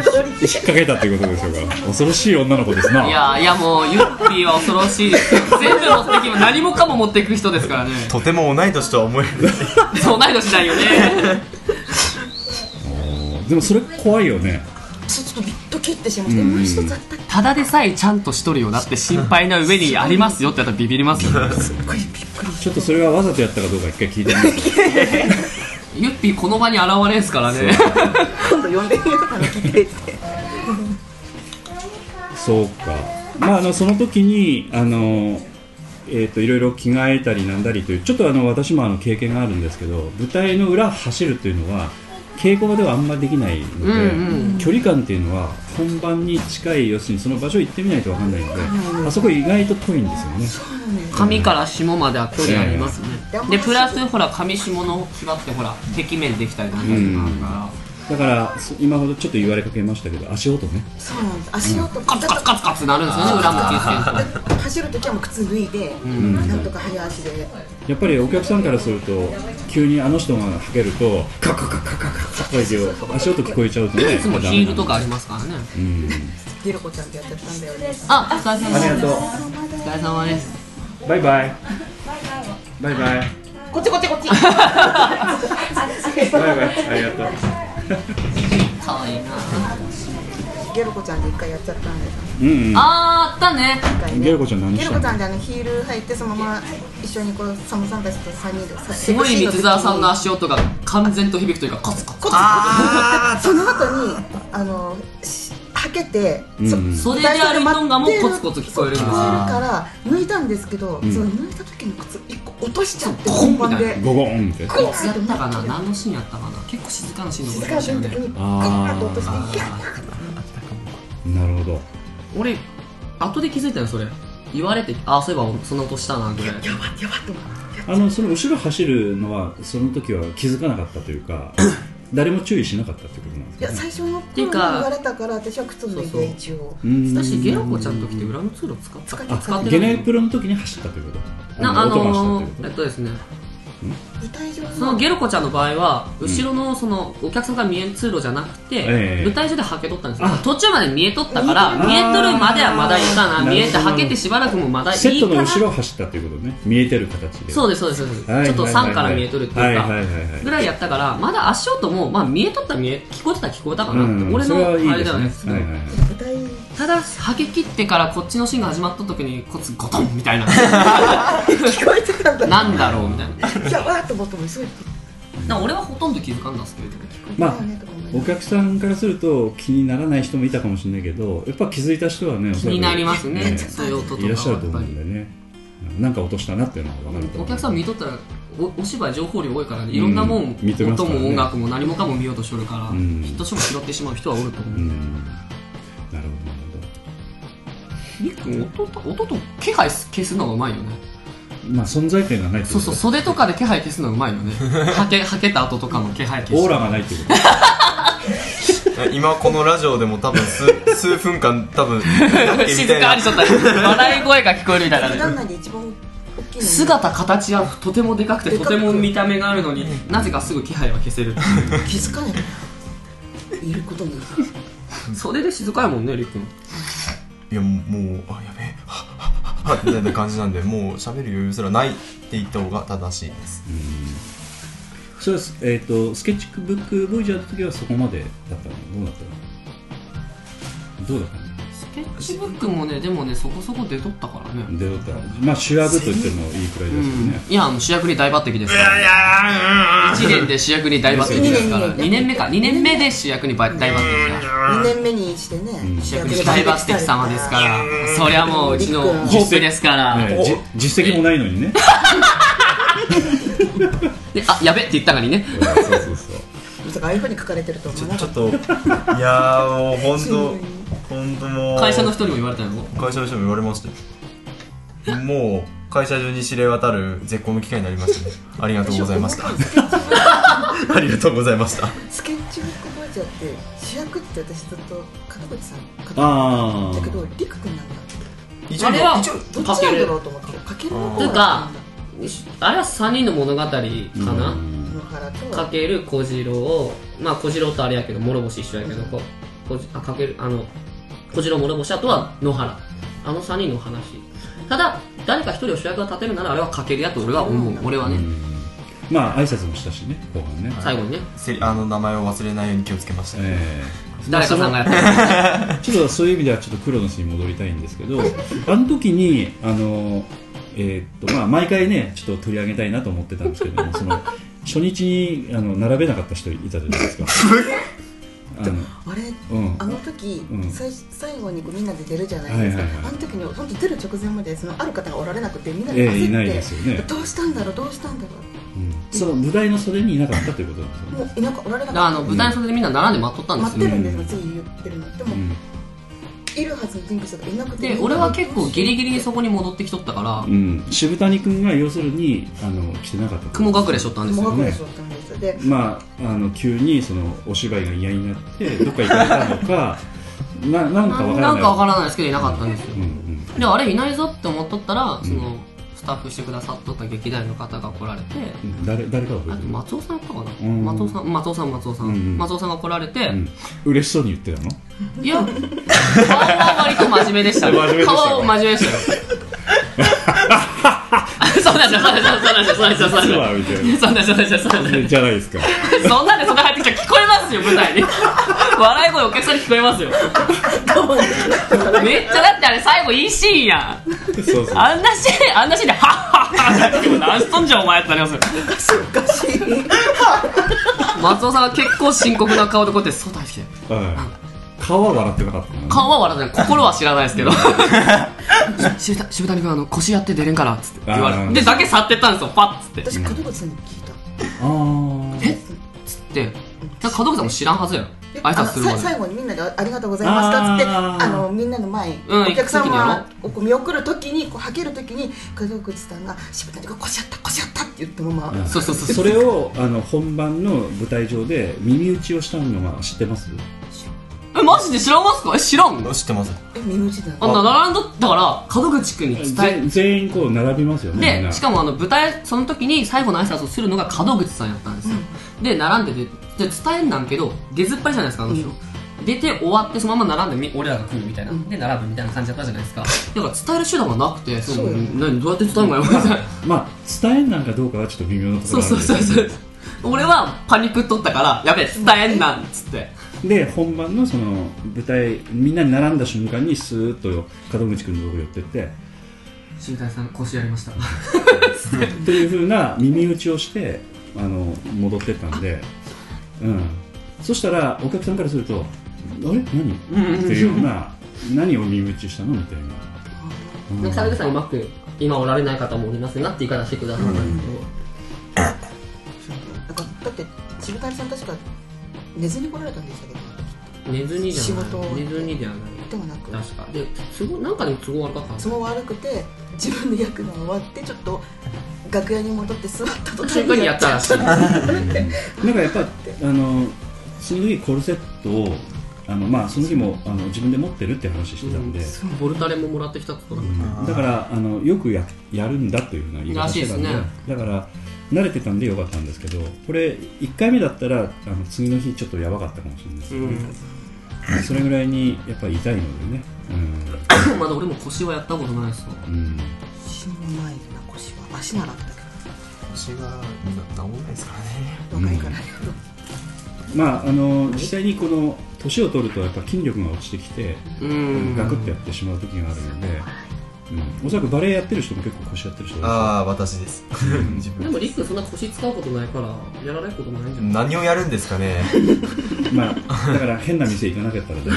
掛けたってことでしょうか恐ろしい女の子ですないやいやもうユッピーは恐ろしいです全部持ってきも何もかも持っていく人ですからねとても同い年とは思えない そう同い年ないよねでもそれ怖いよねちょっとビッと切ってしまってもう一つあっ たただでさえちゃんとしとるよだって心配な上にありますよってやったらビビりますよねちょっとそれがわざとやったかどうか一回聞いてみます ユッピーこの場に現れんすからね今度呼んでみようかな聞いてってそうかまああのその時にあのえー、といろいろ着替えたりなんだりというちょっとあの私もあの経験があるんですけど舞台の裏走るというのは稽古場ではあんまりできないので、うんうん距離感っていうのは本番に近い要するにその場所行ってみないとわかんないので、あそこ意外と遠いんですよね髪から下までは距離ありますねでプラスほら髪下の際ってほら壁面できたりなんかとかあるからだからそ今ほどちょっと言われかけましたけど足音ねそうなんです足音カツカツカツカツなるんですよね裏向きしてる走るときはもう靴脱いで、なんとか早足でやっぱりお客さんからすると急にあの人がはけるとカカカカカカカカカ足音聞こえちゃうとねといつもヒールとかありますからねうんギロコちゃんとやっちゃったんだよねあお疲れ様ありですがとお疲れ様ですうバイバイバイバイこっちこっちこっちバイバイありがとう可愛いなゲロコちゃんで一回やっちゃったんだようんうんあーあったね一回ねゲロコちゃん何しゲたロのコちゃんであのヒール履いてそのまま一緒にこうサムさんたちと三人ですすごい水沢さんの足音が完全と響くというかコツコツあその後にあのしはけて、うんそそれでアルミトンがもうコツコツ聞こえるんですよそう聞こえるから抜いたんですけど、んその抜いた時の靴一個落としちゃってゴン本番みたでゴゴンってクイやッってたかな何のシーンやったかな結構静かなシーンの静こかとなで時したよねの時にガーッと落としてあーギャッなるほど俺後で気づいたよそれ言われてああそういえばそんな音したなぐらいやばやばと思ってあのその後ろ走るのはその時は気づかなかったという か誰も注意しなかったってことなんいでやすかね最初の頃ていにう言かわれたから私は靴脱いそうでそう一応うん私ゲロコちゃんの時って裏の通路使った使ってあ使ってゲネプロの時に走ったということなあ音がしたのというこー、とえっとですね舞台上そのゲロコちゃんの場合は後ろのそのお客さんから見える通路じゃなくて、ええ舞台上ではけとったんですよあ途中まで見えとったから見えとるまではまだいいかあーな見えてなるほどはけてしばらくもまだいいかセなットの後ろを走ったということね見えてる形でそうですそうですそうです、はいちょっとはいはいはい3から見えとるっていうか、はいはいはいはいぐらいやったからまだ足音も、まあ、見えとったら見え聞こえてたら聞こえたかなって、うん俺そのれはいいあれでではないですすけねど、はいはいはい舞台ただはけ切ってからこっちのシーンが始まった時にコツゴトンみた いな聞こえてたんだなんだろうみたいなだかやばーと思ってもすごいら俺はほとんど気づかんだっすけどまあ聞こえてたよねとか思いながらお客さんからすると気にならない人もいたかもしれないけどやっぱ気づいた人はねお気そらくになりますね、えそういう音とかえいらっしゃると思はうやっぱんりでねなんか落としたなっていうのは分かると思うお客さん見とったらおお芝居情報量多いからいろんなもん、見てます音からねも音楽も何もかも見ようとしとるから、うんヒットショーも拾ってしまう人はおると思う、うんなるほどなるみっくん音と音と気配消すのがうまいよねほどまあ存在感がないってそこうとそう、袖とかで気配消すのうまいよね。 はけ、はけた後とかの気配消す。オーラがないってこと今このラジオでも多分 数数分間多分ラッキーみ静たいかなにちょっと、笑い声が聞こえるみたいな劇感団じ。内で一番大きいのに姿、形はとてもでかくて、でとかくても見た目があるのに、なぜかすぐ気配は消せる。気づかないいることに 袖で静かやもんね、りっくん。いやもうあやべえはっはっはっみたいな感じなんでもう喋る余裕すらないって言った方が正しいですそれはえっ、とスケッチブックボイジャーの時はそこまでだったのどうだったのどうだったのスケッチブックもね、でもね、そこそこ出とったからね。出たまあ主役と言ってもいいくらいですよね、いや、あの主役に大抜擢ですから。1年で主役に大抜擢ですから。2年目か、2年目で主役に大抜擢だ。 2年目にしてね主役に大抜擢様ですから。そりゃもううちのホープですから。はいじ実績もないのにねであやべって言ったのにねそうそうそうまさかああいうふうに書かれてると思ちうょなちょっといやーもう本新聞に当本当もう会社の人にも言われたの会社の人も言われましたよもう会社中に知れ渡る絶好の機会になりましたねありがとうございましたありがとうございましたスケッチブック覚えちゃって主役って私ずっと片渕さん片渕あだけどありくくんなんだい一応あれは一応どっかちけなんだるろうと思ってかけるというのかあれは3人の物語かな、野原とかける小次郎をまあ小次郎とあれやけど諸星一緒やけどここじあかけるあの小次郎諸星あとは野原あの3人の話ただ誰か一人を主役が立てるならあれはかけるやと俺は思う俺はね、まあ挨拶もしたしね後半ね、最後にねせあの名前を忘れないように気をつけました、えー誰かさんがやったらちょっとそういう意味ではちょっとクロノスに戻りたいんですけど、あの時にあのえーっとまあ毎回ねちょっと取り上げたいなと思ってたんですけども、その初日にあの並べなかった人いたじゃないです か。あのあれうんあの時、うん最最後にこうみんなで出るじゃないですか、はいはいはいあの時に本当出る直前までそのある方がおられなくてみんなで焦っえて、えいないですよね。どうしたんだろうどうしたんだろううんその舞台の袖にいなかったということなんですよね。もういなくおられなあかのっ舞台袖でみんな並んで待っとったたんで待すってよ、るんでうすんよつい言ってるのでも、うんいるはずの人物がいなくてで俺は結構ギリギリそこに戻ってきとったからうん、渋谷君が要するにあの来てなかったと雲隠れしとったんですもよがくれしょったんですよでまあ、あの急にそのお芝居が嫌になってどっか行かれたのか ななんかわからないなんかわからないですけどいなかったんですよ、うんうんであれいないぞって思っとったら、そのスタッフしてくださっとった劇団の方が来られて、うん、誰誰かが覚あえとてる松尾さんやったかな、うん松尾さん松尾さん松尾さん、うん松尾さんが来られて、うん嬉しそうに言ってたのいや顔は割と真面目でしたね真面目でしたか顔は真面目でしたよ そうなんですよそうなんですよそうなんですよそうなんです実よはみたいそうなんですよそうなんですよそうなんですよなじゃないですかそんなんでそんな入ってきたら聞こえますよ舞台に笑い声お客さんに聞こえますよめっちゃだってあれ最後いいシーンやんそうそうあんなシーンあんなシーンでハッハッハッって言っても何しとんじゃんお前ってなりますよ松尾さんは結構深刻な顔でこうやってそう大好きだよはい顔は笑ってなかったな顔は笑ってない心は知らないですけどし渋谷渋谷君あの腰やって出れんからっつって言わあれーてでだけ去ってったんですよパッつって私門口さんに聞いたあーつってだから門口さんも知らんはずやろで挨拶するあまのでさ最後にみんなでありがとうございましたっつってああーのみんなの前に、うんお客行様くをこう見送るときにこうはけるときに門口さんが「渋谷がこしあったこしあった」って言ってもまあ、そうそうそうそれをあの本番の舞台上で耳打ちをしたのは知ってますえマジで知らんますかえ知らんの知ってますえ身内だあんな並んどったから門口君に伝えぜ全員こう並びますよねみんでなしかもあの舞台その時に最後の挨拶をするのが門口さんやったんですよ、で並んでてで伝えんなんけど出ずっぱりじゃないですかあの人、出て終わってそのまま並んでみ俺らが来るみたいな、で並ぶみたいな感じだったじゃないですかだから伝える手段がなくてその何どうやって伝えるのかよみたいなまあ伝えんなんかどうかはちょっと微妙なとこそうろがあるそんうですそうけどそう俺はパニックっとったからやべえ伝えんなんっつってで本番のその舞台みんなに並んだ瞬間にスーッと門口君のとこ寄ってって新谷さん腰やりましたっていうふうな耳打ちをしてあの戻ってったんで、うん、そしたらお客さんからすると「あれ何?」っていうような「何を耳打ちしたの?」みたいな。うんなんか坂口さんうまく今おられない方もおりますがって言い方してくださったんですけど、なんかだって渋谷さん確か寝ずに来られたんでしたけど寝ずにじゃな仕事をい寝ずにではないでもなく確かですごいなんかでも都合悪かった んですよ都合悪くて自分の役が終わってちょっと楽屋に戻って座った途そういう風にやったらしいなんかやっぱあのその時コルセットをあの、まあ、その時もあの自分で持ってるって話してたんで、ボルタレももらってきたってことなんだだからあのよくややるんだというふうな言い方してたんでらしいですだから慣れてたんでよかったんですけどこれ1回目だったらあの次の日ちょっとやばかったかもしれないです、それぐらいにやっぱり痛いのでねうん まだ俺も腰はやったことないっすわうん、うん、死ぬ前にな腰は足ならあったけ腰が治んないですからねど若いから、まああの実際にこの年を取るとやっぱ筋力が落ちてきてうんガクッとやってしまう時があるので、うん、おそらくバレエやってる人も結構腰やってる人多いですああ私です自で分もリスクそんな腰使うことないからやられることもないんじゃない何をやるんですかねまあ、だから変な店行かなかったら大丈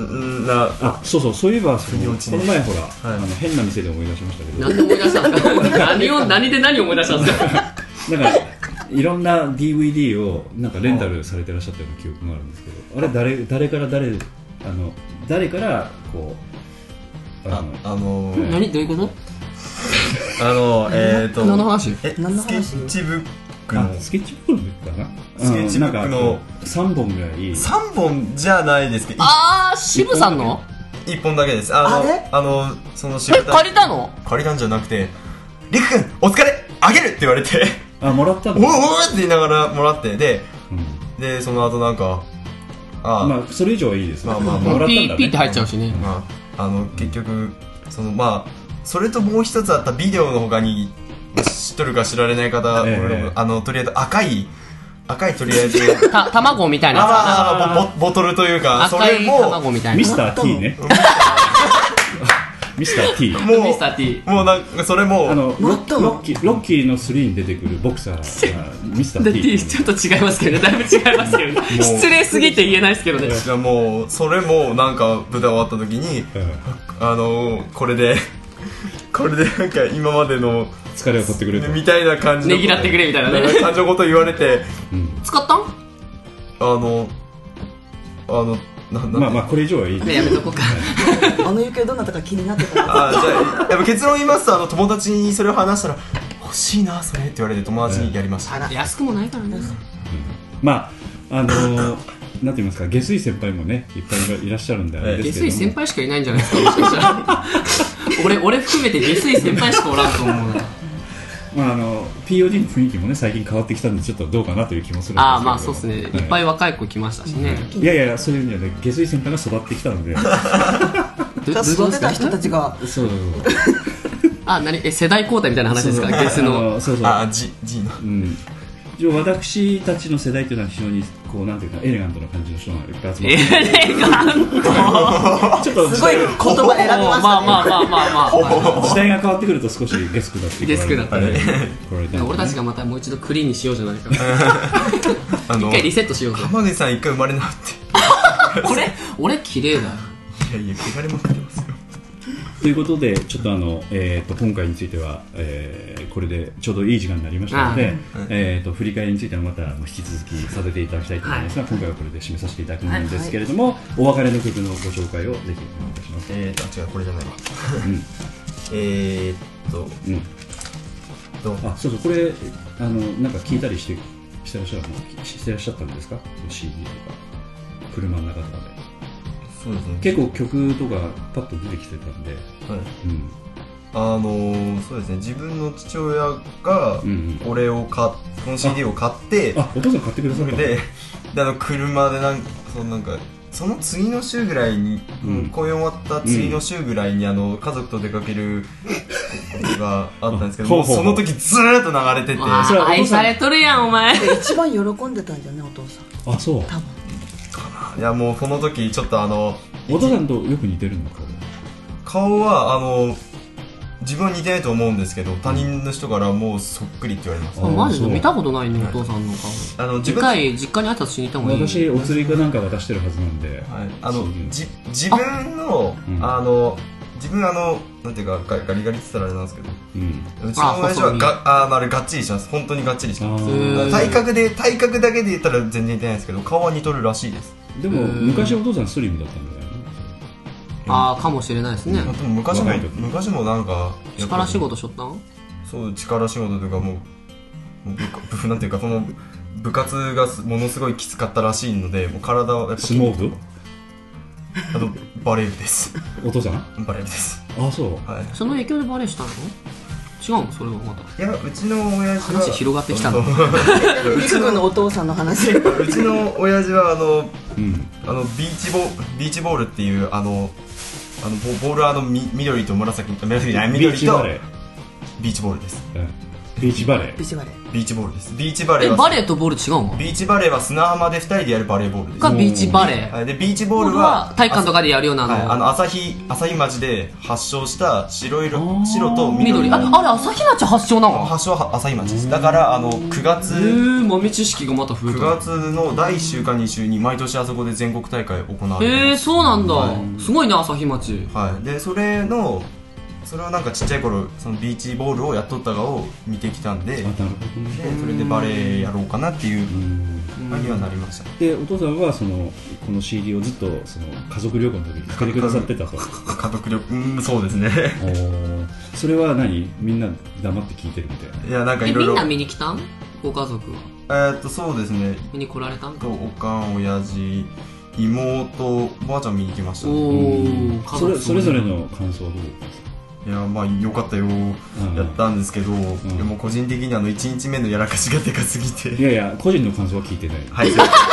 うんなあそうそうそういえばそ腑にの落ちこねの前ほら、いあの変な店で思い出しましたけど何で思い出したんですか 何を何で何を思い出したんですかなんかいろんな DVD をなんかレンタルされてらっしゃったような記憶があるんですけどあれ誰誰から誰あの誰からこうああのあのー何どういうこあのーえっとと何の話え何のスケ話ッチブックあのスケッチブックかなスケッチブックの3本ぐらい3本じゃないですけどあー渋さんの一本だけですあのあれのその仕え借りたの借りたんじゃなくて「りくくんお疲れあげる!」って言われてあもらっ「たおのおおお!」って言いながらもらってでうんでその後なんかああ、ままあそれ以上はいいですまあまあまもらったんピだーピーってね入っちゃうしねあ、あの結局そのまあそれともう一つあったビデオの他にまあ知っとるか知られない方、ええ俺もあのとりあえず赤い赤いとりあえ ずた卵みたいなやつああボボトルというかそ赤れいも卵みたいなミスター T ねミスター T もミスターう T もうなんかそれもあのロもっッとロッキーロッキーの3に出てくるボクサー がミスタでー T T ちょっと違いますけどねだいぶ違いますけどねう失礼すぎて言えないですけどねいやもうそれもなんか舞台終わった時にうんあのこれで これでなんか今までの疲れを取ってくれとみたいな感じのねぎらってくれみたいなねんか感じのこと言われてうん使ったんあのあのなんなんまあまあこれ以上はいいねやめとこうかあの行方どうなったか気になってたあじゃあやっぱ結論言いますとあの友達にそれを話したら「欲しいなそれ」って言われて友達にやりました、安くもないからねまああのーなんて言いますか下水先輩もねいっぱいいらっしゃるんであれで下すけども水先輩しかいないんじゃない ですかもしかしたら俺俺含めて下水先輩しかおらんと思 うなまああの POD の雰囲気もね最近変わってきたんでちょっとどうかなという気もするんですけれどもああまあそうですねいっぱいい若い子来ましたしねいやいやそういうんじゃない下水先輩が育ってきたの でどどういうこ育とでてすかた人たちがそうあ何え世代交代みたいな話ですかゲス のそうそうあじじのうん一応私たちの世代というのは非常にこうなんていうかエレガントな感じの人がいっぱい集まえっえてちょっとすごい言葉選びましたねまあまあまあまあまあま時代が変わってくると少しゲスくなってゲスくなったね来られたんであね俺たちがまたもう一度クリーンにしようじゃないか一あの回リセットしようぜ浜口さん一回生まれなく俺俺綺麗だよていやいや汚れまくってますよということで、ちょっとあの、えー、と今回については、えーこれでちょうどいい時間になりましたので、えー、と振り返りについてはまたあの引き続きさせていただきたいと思いますが、今回はこれで締めさせていただくんですけれども、お別れの曲のご紹介をぜひお願いいたします。えーとあ違うこれじゃないわうんえーっとうん、どうあそうそう、これあの、なんか聞いたりしてしてらっしゃるのししてらっしゃったんですか、その CD とか、車の中とかで。そうですね結構曲とか、パッと出てきてたんで、はいうん、あのー、そうですね自分の父親がうん、うん。俺を買っこの CD を買ってあお父さん買ってくださったでであの車でなんそのなんかその次の週ぐらいに、うん公演終わった次の週ぐらいに、あの家族と出かけることがあったんですけど、ほうもうほうほそうの時ずーっと流れてて、わそれはあお父愛さんされとるやんお前一番喜んでたんじゃねお父さんあ、そう。多分いやもうこの時ちょっとあのお父さんとよく似てるのか顔はあの自分は似てないと思うんですけど他人の人からもうそっくりって言われます、あーマジでそう見たことないねお父さんの顔あの次自分はい回実家に挨拶しに行った方がいい私お釣りかなんか渡してるはずなんで、あのそういうじ自分のあうんあの自分あのなんていうかガガリガリって言ったらあれなんですけどうんうちの親父あ細は身があーあれがっちりしてます本当にがっちりしてますへー体格で体格だけで言ったら全然似てないですけど顔は似とるらしいです、でもうん昔お父さんスリムだったんだよねああかもしれないですねまあでも昔も若い時昔もなんかやっぱ力仕事しょったんそう力仕事というかもうもう部部なんていうかその部活がすものすごいきつかったらしいのでもう体はやっぱ相撲部あとバレー部です お父さんあバレー部ですそうはいその影響でバレーしたの違うのそれはまたいやうちの親父は話広がってきたのそうう陸ち軍ののお父さんの話う ちの親父はあのうんあのビーチボビーチボールっていうあのあのボボールはあのみ緑と紫紫じゃないビー緑チとバレービーチボールですうんビーチバレビシバレビーチボールですビーチバレえーはバレーとボール違うのビーチバレーは砂浜で2人でやるバレーボールですかビーチバレーはいでビーチボボーールルはは体育館とかでやるようなはい、あのの旭旭町で発祥した白あ色ー白と緑緑あのあれ朝日町発祥なの発祥は旭町ですだからあの9月へえ豆知識がまた増え9た月の第1週か2週に毎年あそこで全国大会行われてへえるそうなんはだすごいね朝日町はい、でそれのそれはなんかちっちゃい頃そのビーチボールをやっとったかを見てきたんでーであなるほどねそれでバレーやろうかなっていううんまあにはなりましたでお父さんはそのこの CD をずっとその家族旅行の時にかけてくださっ てたと家族旅うんそうですねおーそれは何みんな黙って聞いてるみたいないやなんかえ いろいみんろな見に来たんご家族はえーっとそうですね見に来来られたんとおかん親父妹ばあちゃん見に来ましたねおうんー家そ族れそれぞれの感想はどうですかいやまあ良かったようんやったんですけど、でも個人的にあの1日目のやらかしがでかすぎていやいや個人の感想は聞いてないはい、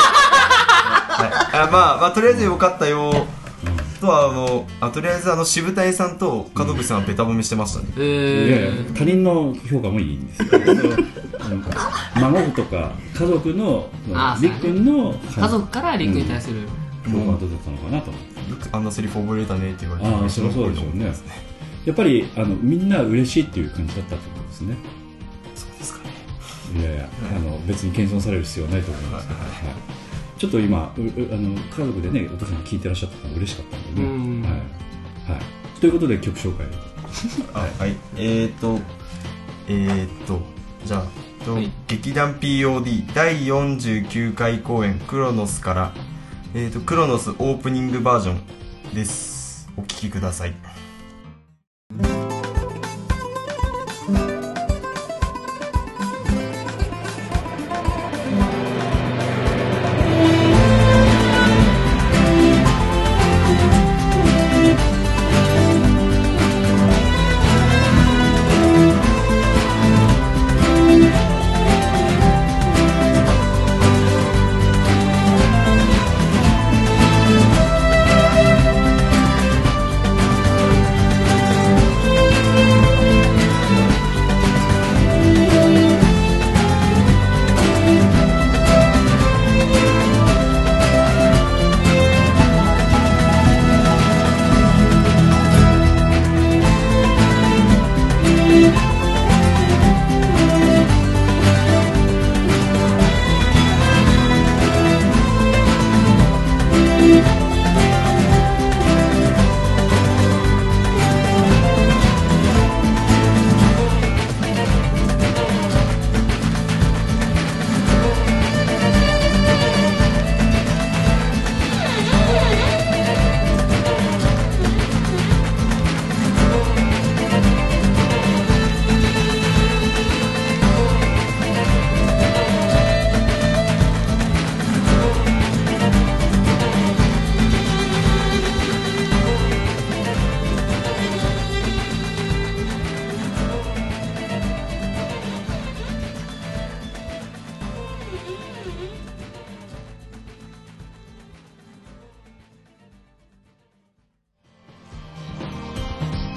はい、あまあまあとりあえずよかったよとはあのあとりあえずあの渋谷さんと門口さんはベタ褒めしてましたね、えいやいやー、他人の評価もいいんです よなんか孫とか家族のありっくんの家族からリンクに対する、評価が出てたのかなと思ってよくあんなセリフ覚えれたねって言われてああそりゃそうでしょうねやっぱりあのみんな嬉しいっていう感じだったってことですねそうですかねいやいやあの別に謙遜される必要はないと思いますけど、はいちょっと今ううあの家族でねお父さん聞いてらっしゃったから嬉しかったんでね、うんはいはい、ということで曲紹介をあ はいえー、とえー、とじゃあ、えっとはい劇団 POD 第49回公演「クロノス」から「えー、とクロノス」オープニングバージョンですお聴きください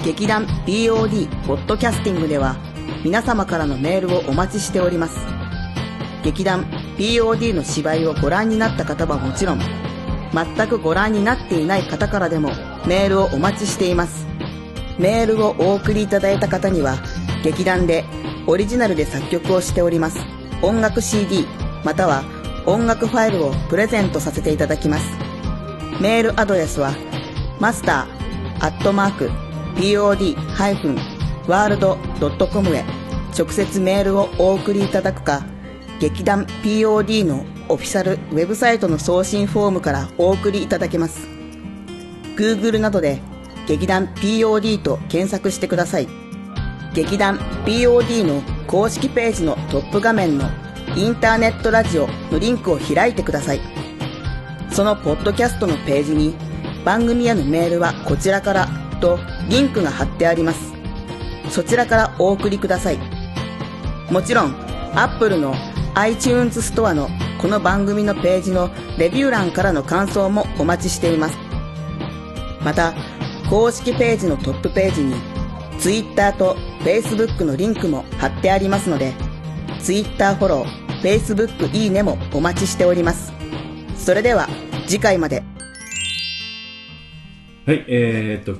劇団 POD ポッドキャスティングでは皆様からのメールをお待ちしております劇団 POD の芝居をご覧になった方はもちろん全くご覧になっていない方からでもメールをお待ちしていますメールをお送りいただいた方には劇団でオリジナルで作曲をしております音楽 CD または音楽ファイルをプレゼントさせていただきますメールアドレスは、マスターアットマーク、pod-world.com へ直接メールをお送りいただくか、劇団 POD のオフィシャルウェブサイトの送信フォームからお送りいただけます。Google などで劇団 POD と検索してください。劇団 POD の公式ページのトップ画面のインターネットラジオのリンクを開いてください。そのポッドキャストのページに番組へのメールはこちらからとリンクが貼ってあります。そちらからお送りください。もちろん、Apple の iTunes ストアのこの番組のページのレビュー欄からの感想もお待ちしています。また、公式ページのトップページに Twitter と Facebook のリンクも貼ってありますので、Twitter フォロー、Facebook いいねもお待ちしております。それでは次回まで。はい、えーっと、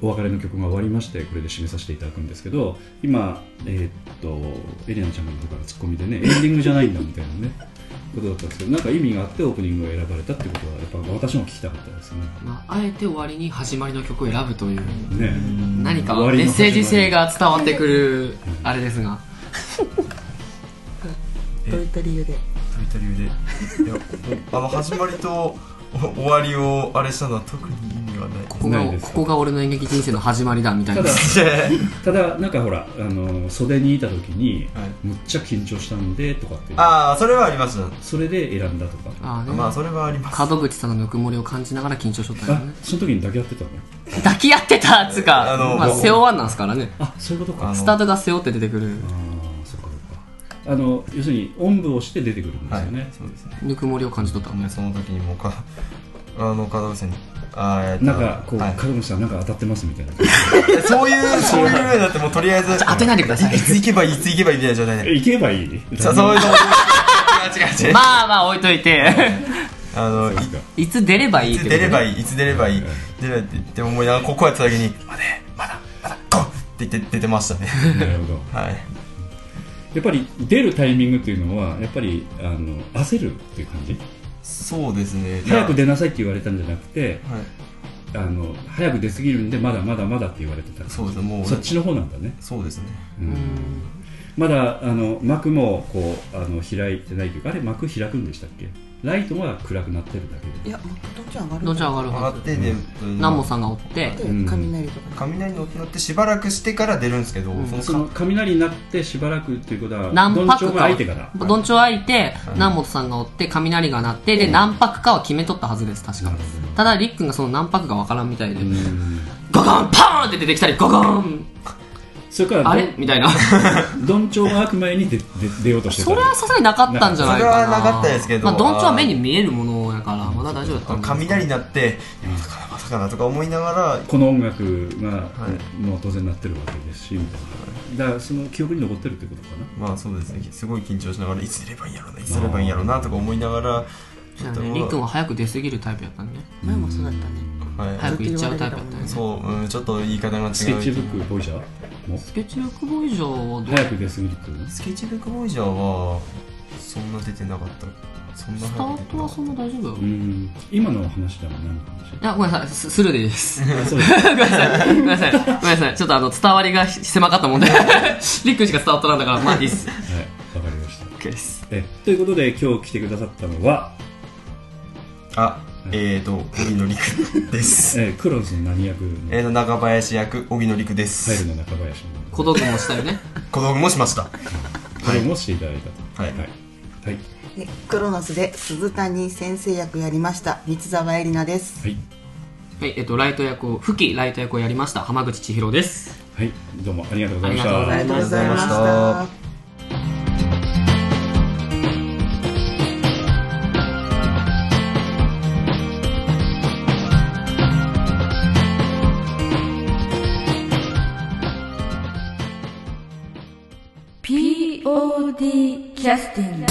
お別れの曲が終わりまして、これで締めさせていただくんですけど、今、えーっと、エリナちゃんの方からツッコミでね、エンディングじゃないんだみたいなね、ことだったんですけど、なんか意味があってオープニングを選ばれたってことは、やっぱ私も聞きたかったですね。まあ、あえて終わりに始まりの曲を選ぶというね何か終わりメのッ始まセーりジ性が伝わってくるあれですがどういった理由でといった理 由でいやおあの始まりとお終わりをあれしたのは特に意味にはないですここがないですここが俺の演劇人生の始まりだみたいたなだはいただなんかほらあの袖にいた時に、 はいむっちゃ緊張したんでとかっていうああそれはありますそれで選んだとかあーねまあそれはあります門口さんのぬくもりを感じながら緊張しとったよあねその時に抱き合ってたの抱き合ってたっつうかあのまあ、背負わんなんすからねあそういうことかああのスタートが背負って出てくるあーそっかそっかあの要するにおんぶをして出てくるんではすいよね、そうですねぬくもりを感じとったねその時にもうかあの片口さんにあーえっとなんかこう、ははいい、門口さんなんか当たってますみたいなそういうそういうようになってもうとりあえず当てないでくださいいつ行けばいいいつ行けばいいみたいな状態で行けばいいさそういうのも違う違う違うまあまあ置いといてあのいですかいつ出ればいいいっつてこと出ねればいいいつ出ればいいうん出ればいいって言って思いながらここやってた時にまだまだまだゴンって言って出てましたねなるほどはいやっぱり出るタイミングっていうのはやっぱりあの焦るっていう感じそうですね早く出なさいって言われたんじゃなくてはいあの早く出すぎるんでまだまだまだって言われてたそうですねもうそっちの方なんだね、そうですねうんうんまだあの幕もこうあの開いてないというかあれ幕開くんでしたっけライトは暗くなってるだけいでや、もうどんちゃん上がるどんちゃん上がる上がはっずてで南もさんがおってでうん雷とか雷に乗ってしばらくしてから出るんですけど、うんそのその雷になってしばらくっていうことは何どんちょ泊うかが開いてからどんちょう開いてい南本さんがおって雷が鳴ってで何泊かは決めとったはずです確かなるほどただりっくんがその何泊かわからんみたいでうんゴゴンパーンって出てきたりゴゴンそれからどあれみたい などんちょうが開く前に出出出ようとしてたそれはさすがになかったんじゃないかなそれはなかったですけどまあどんちょうは目に見えるものやからまだ大丈夫だったんです雷になって「いやまさかなまさかな」とか思いながらこの音楽が、いもう当然なってるわけですしみたいなだからその記憶に残ってるってことかなまあそうですねすごい緊張しながらいつ出ればいいんやろうないつ出ればいいんやろうなとか思いながらそうだねりっくんは早く出すぎるタイプやったんね前もそうだったねは早く行っちゃうタイプやったんい、ねそう、うん、ちょっと言い方が違うスケッチブックボイジャーもスケッチブックボーイジョーはどう早く出すぎるっていうのスケッチブックボーイジャーはそんな出てなかったそんなスタートはそんな大丈夫ようん今のお話では何の話いや、ごめんなさい、ススルーでいいです。あそうですごめんなさい、ごめんなさい、ごめんなさい、ちょっとあの、伝わりが狭かったもんで、 りっくんしか伝わっとらんだから、まあいいっす。はい、わかりました OK です。えということで今日来てくださったのは、あえーと荻野陸ですえー、クロスの何役 えーのと中林役荻野陸でタイルすの中林の小道具もしたよね。小道具もしましたこれもしていただいたとはいはい、はいでクロノスで鈴谷先生役やりました三沢絵里奈ですはいはい、えっと、ライト役を、吹きライト役をやりました、浜口千尋です。はい、どうもありがとうございましありがとうございましたたありがとうございましたー POD キャスティング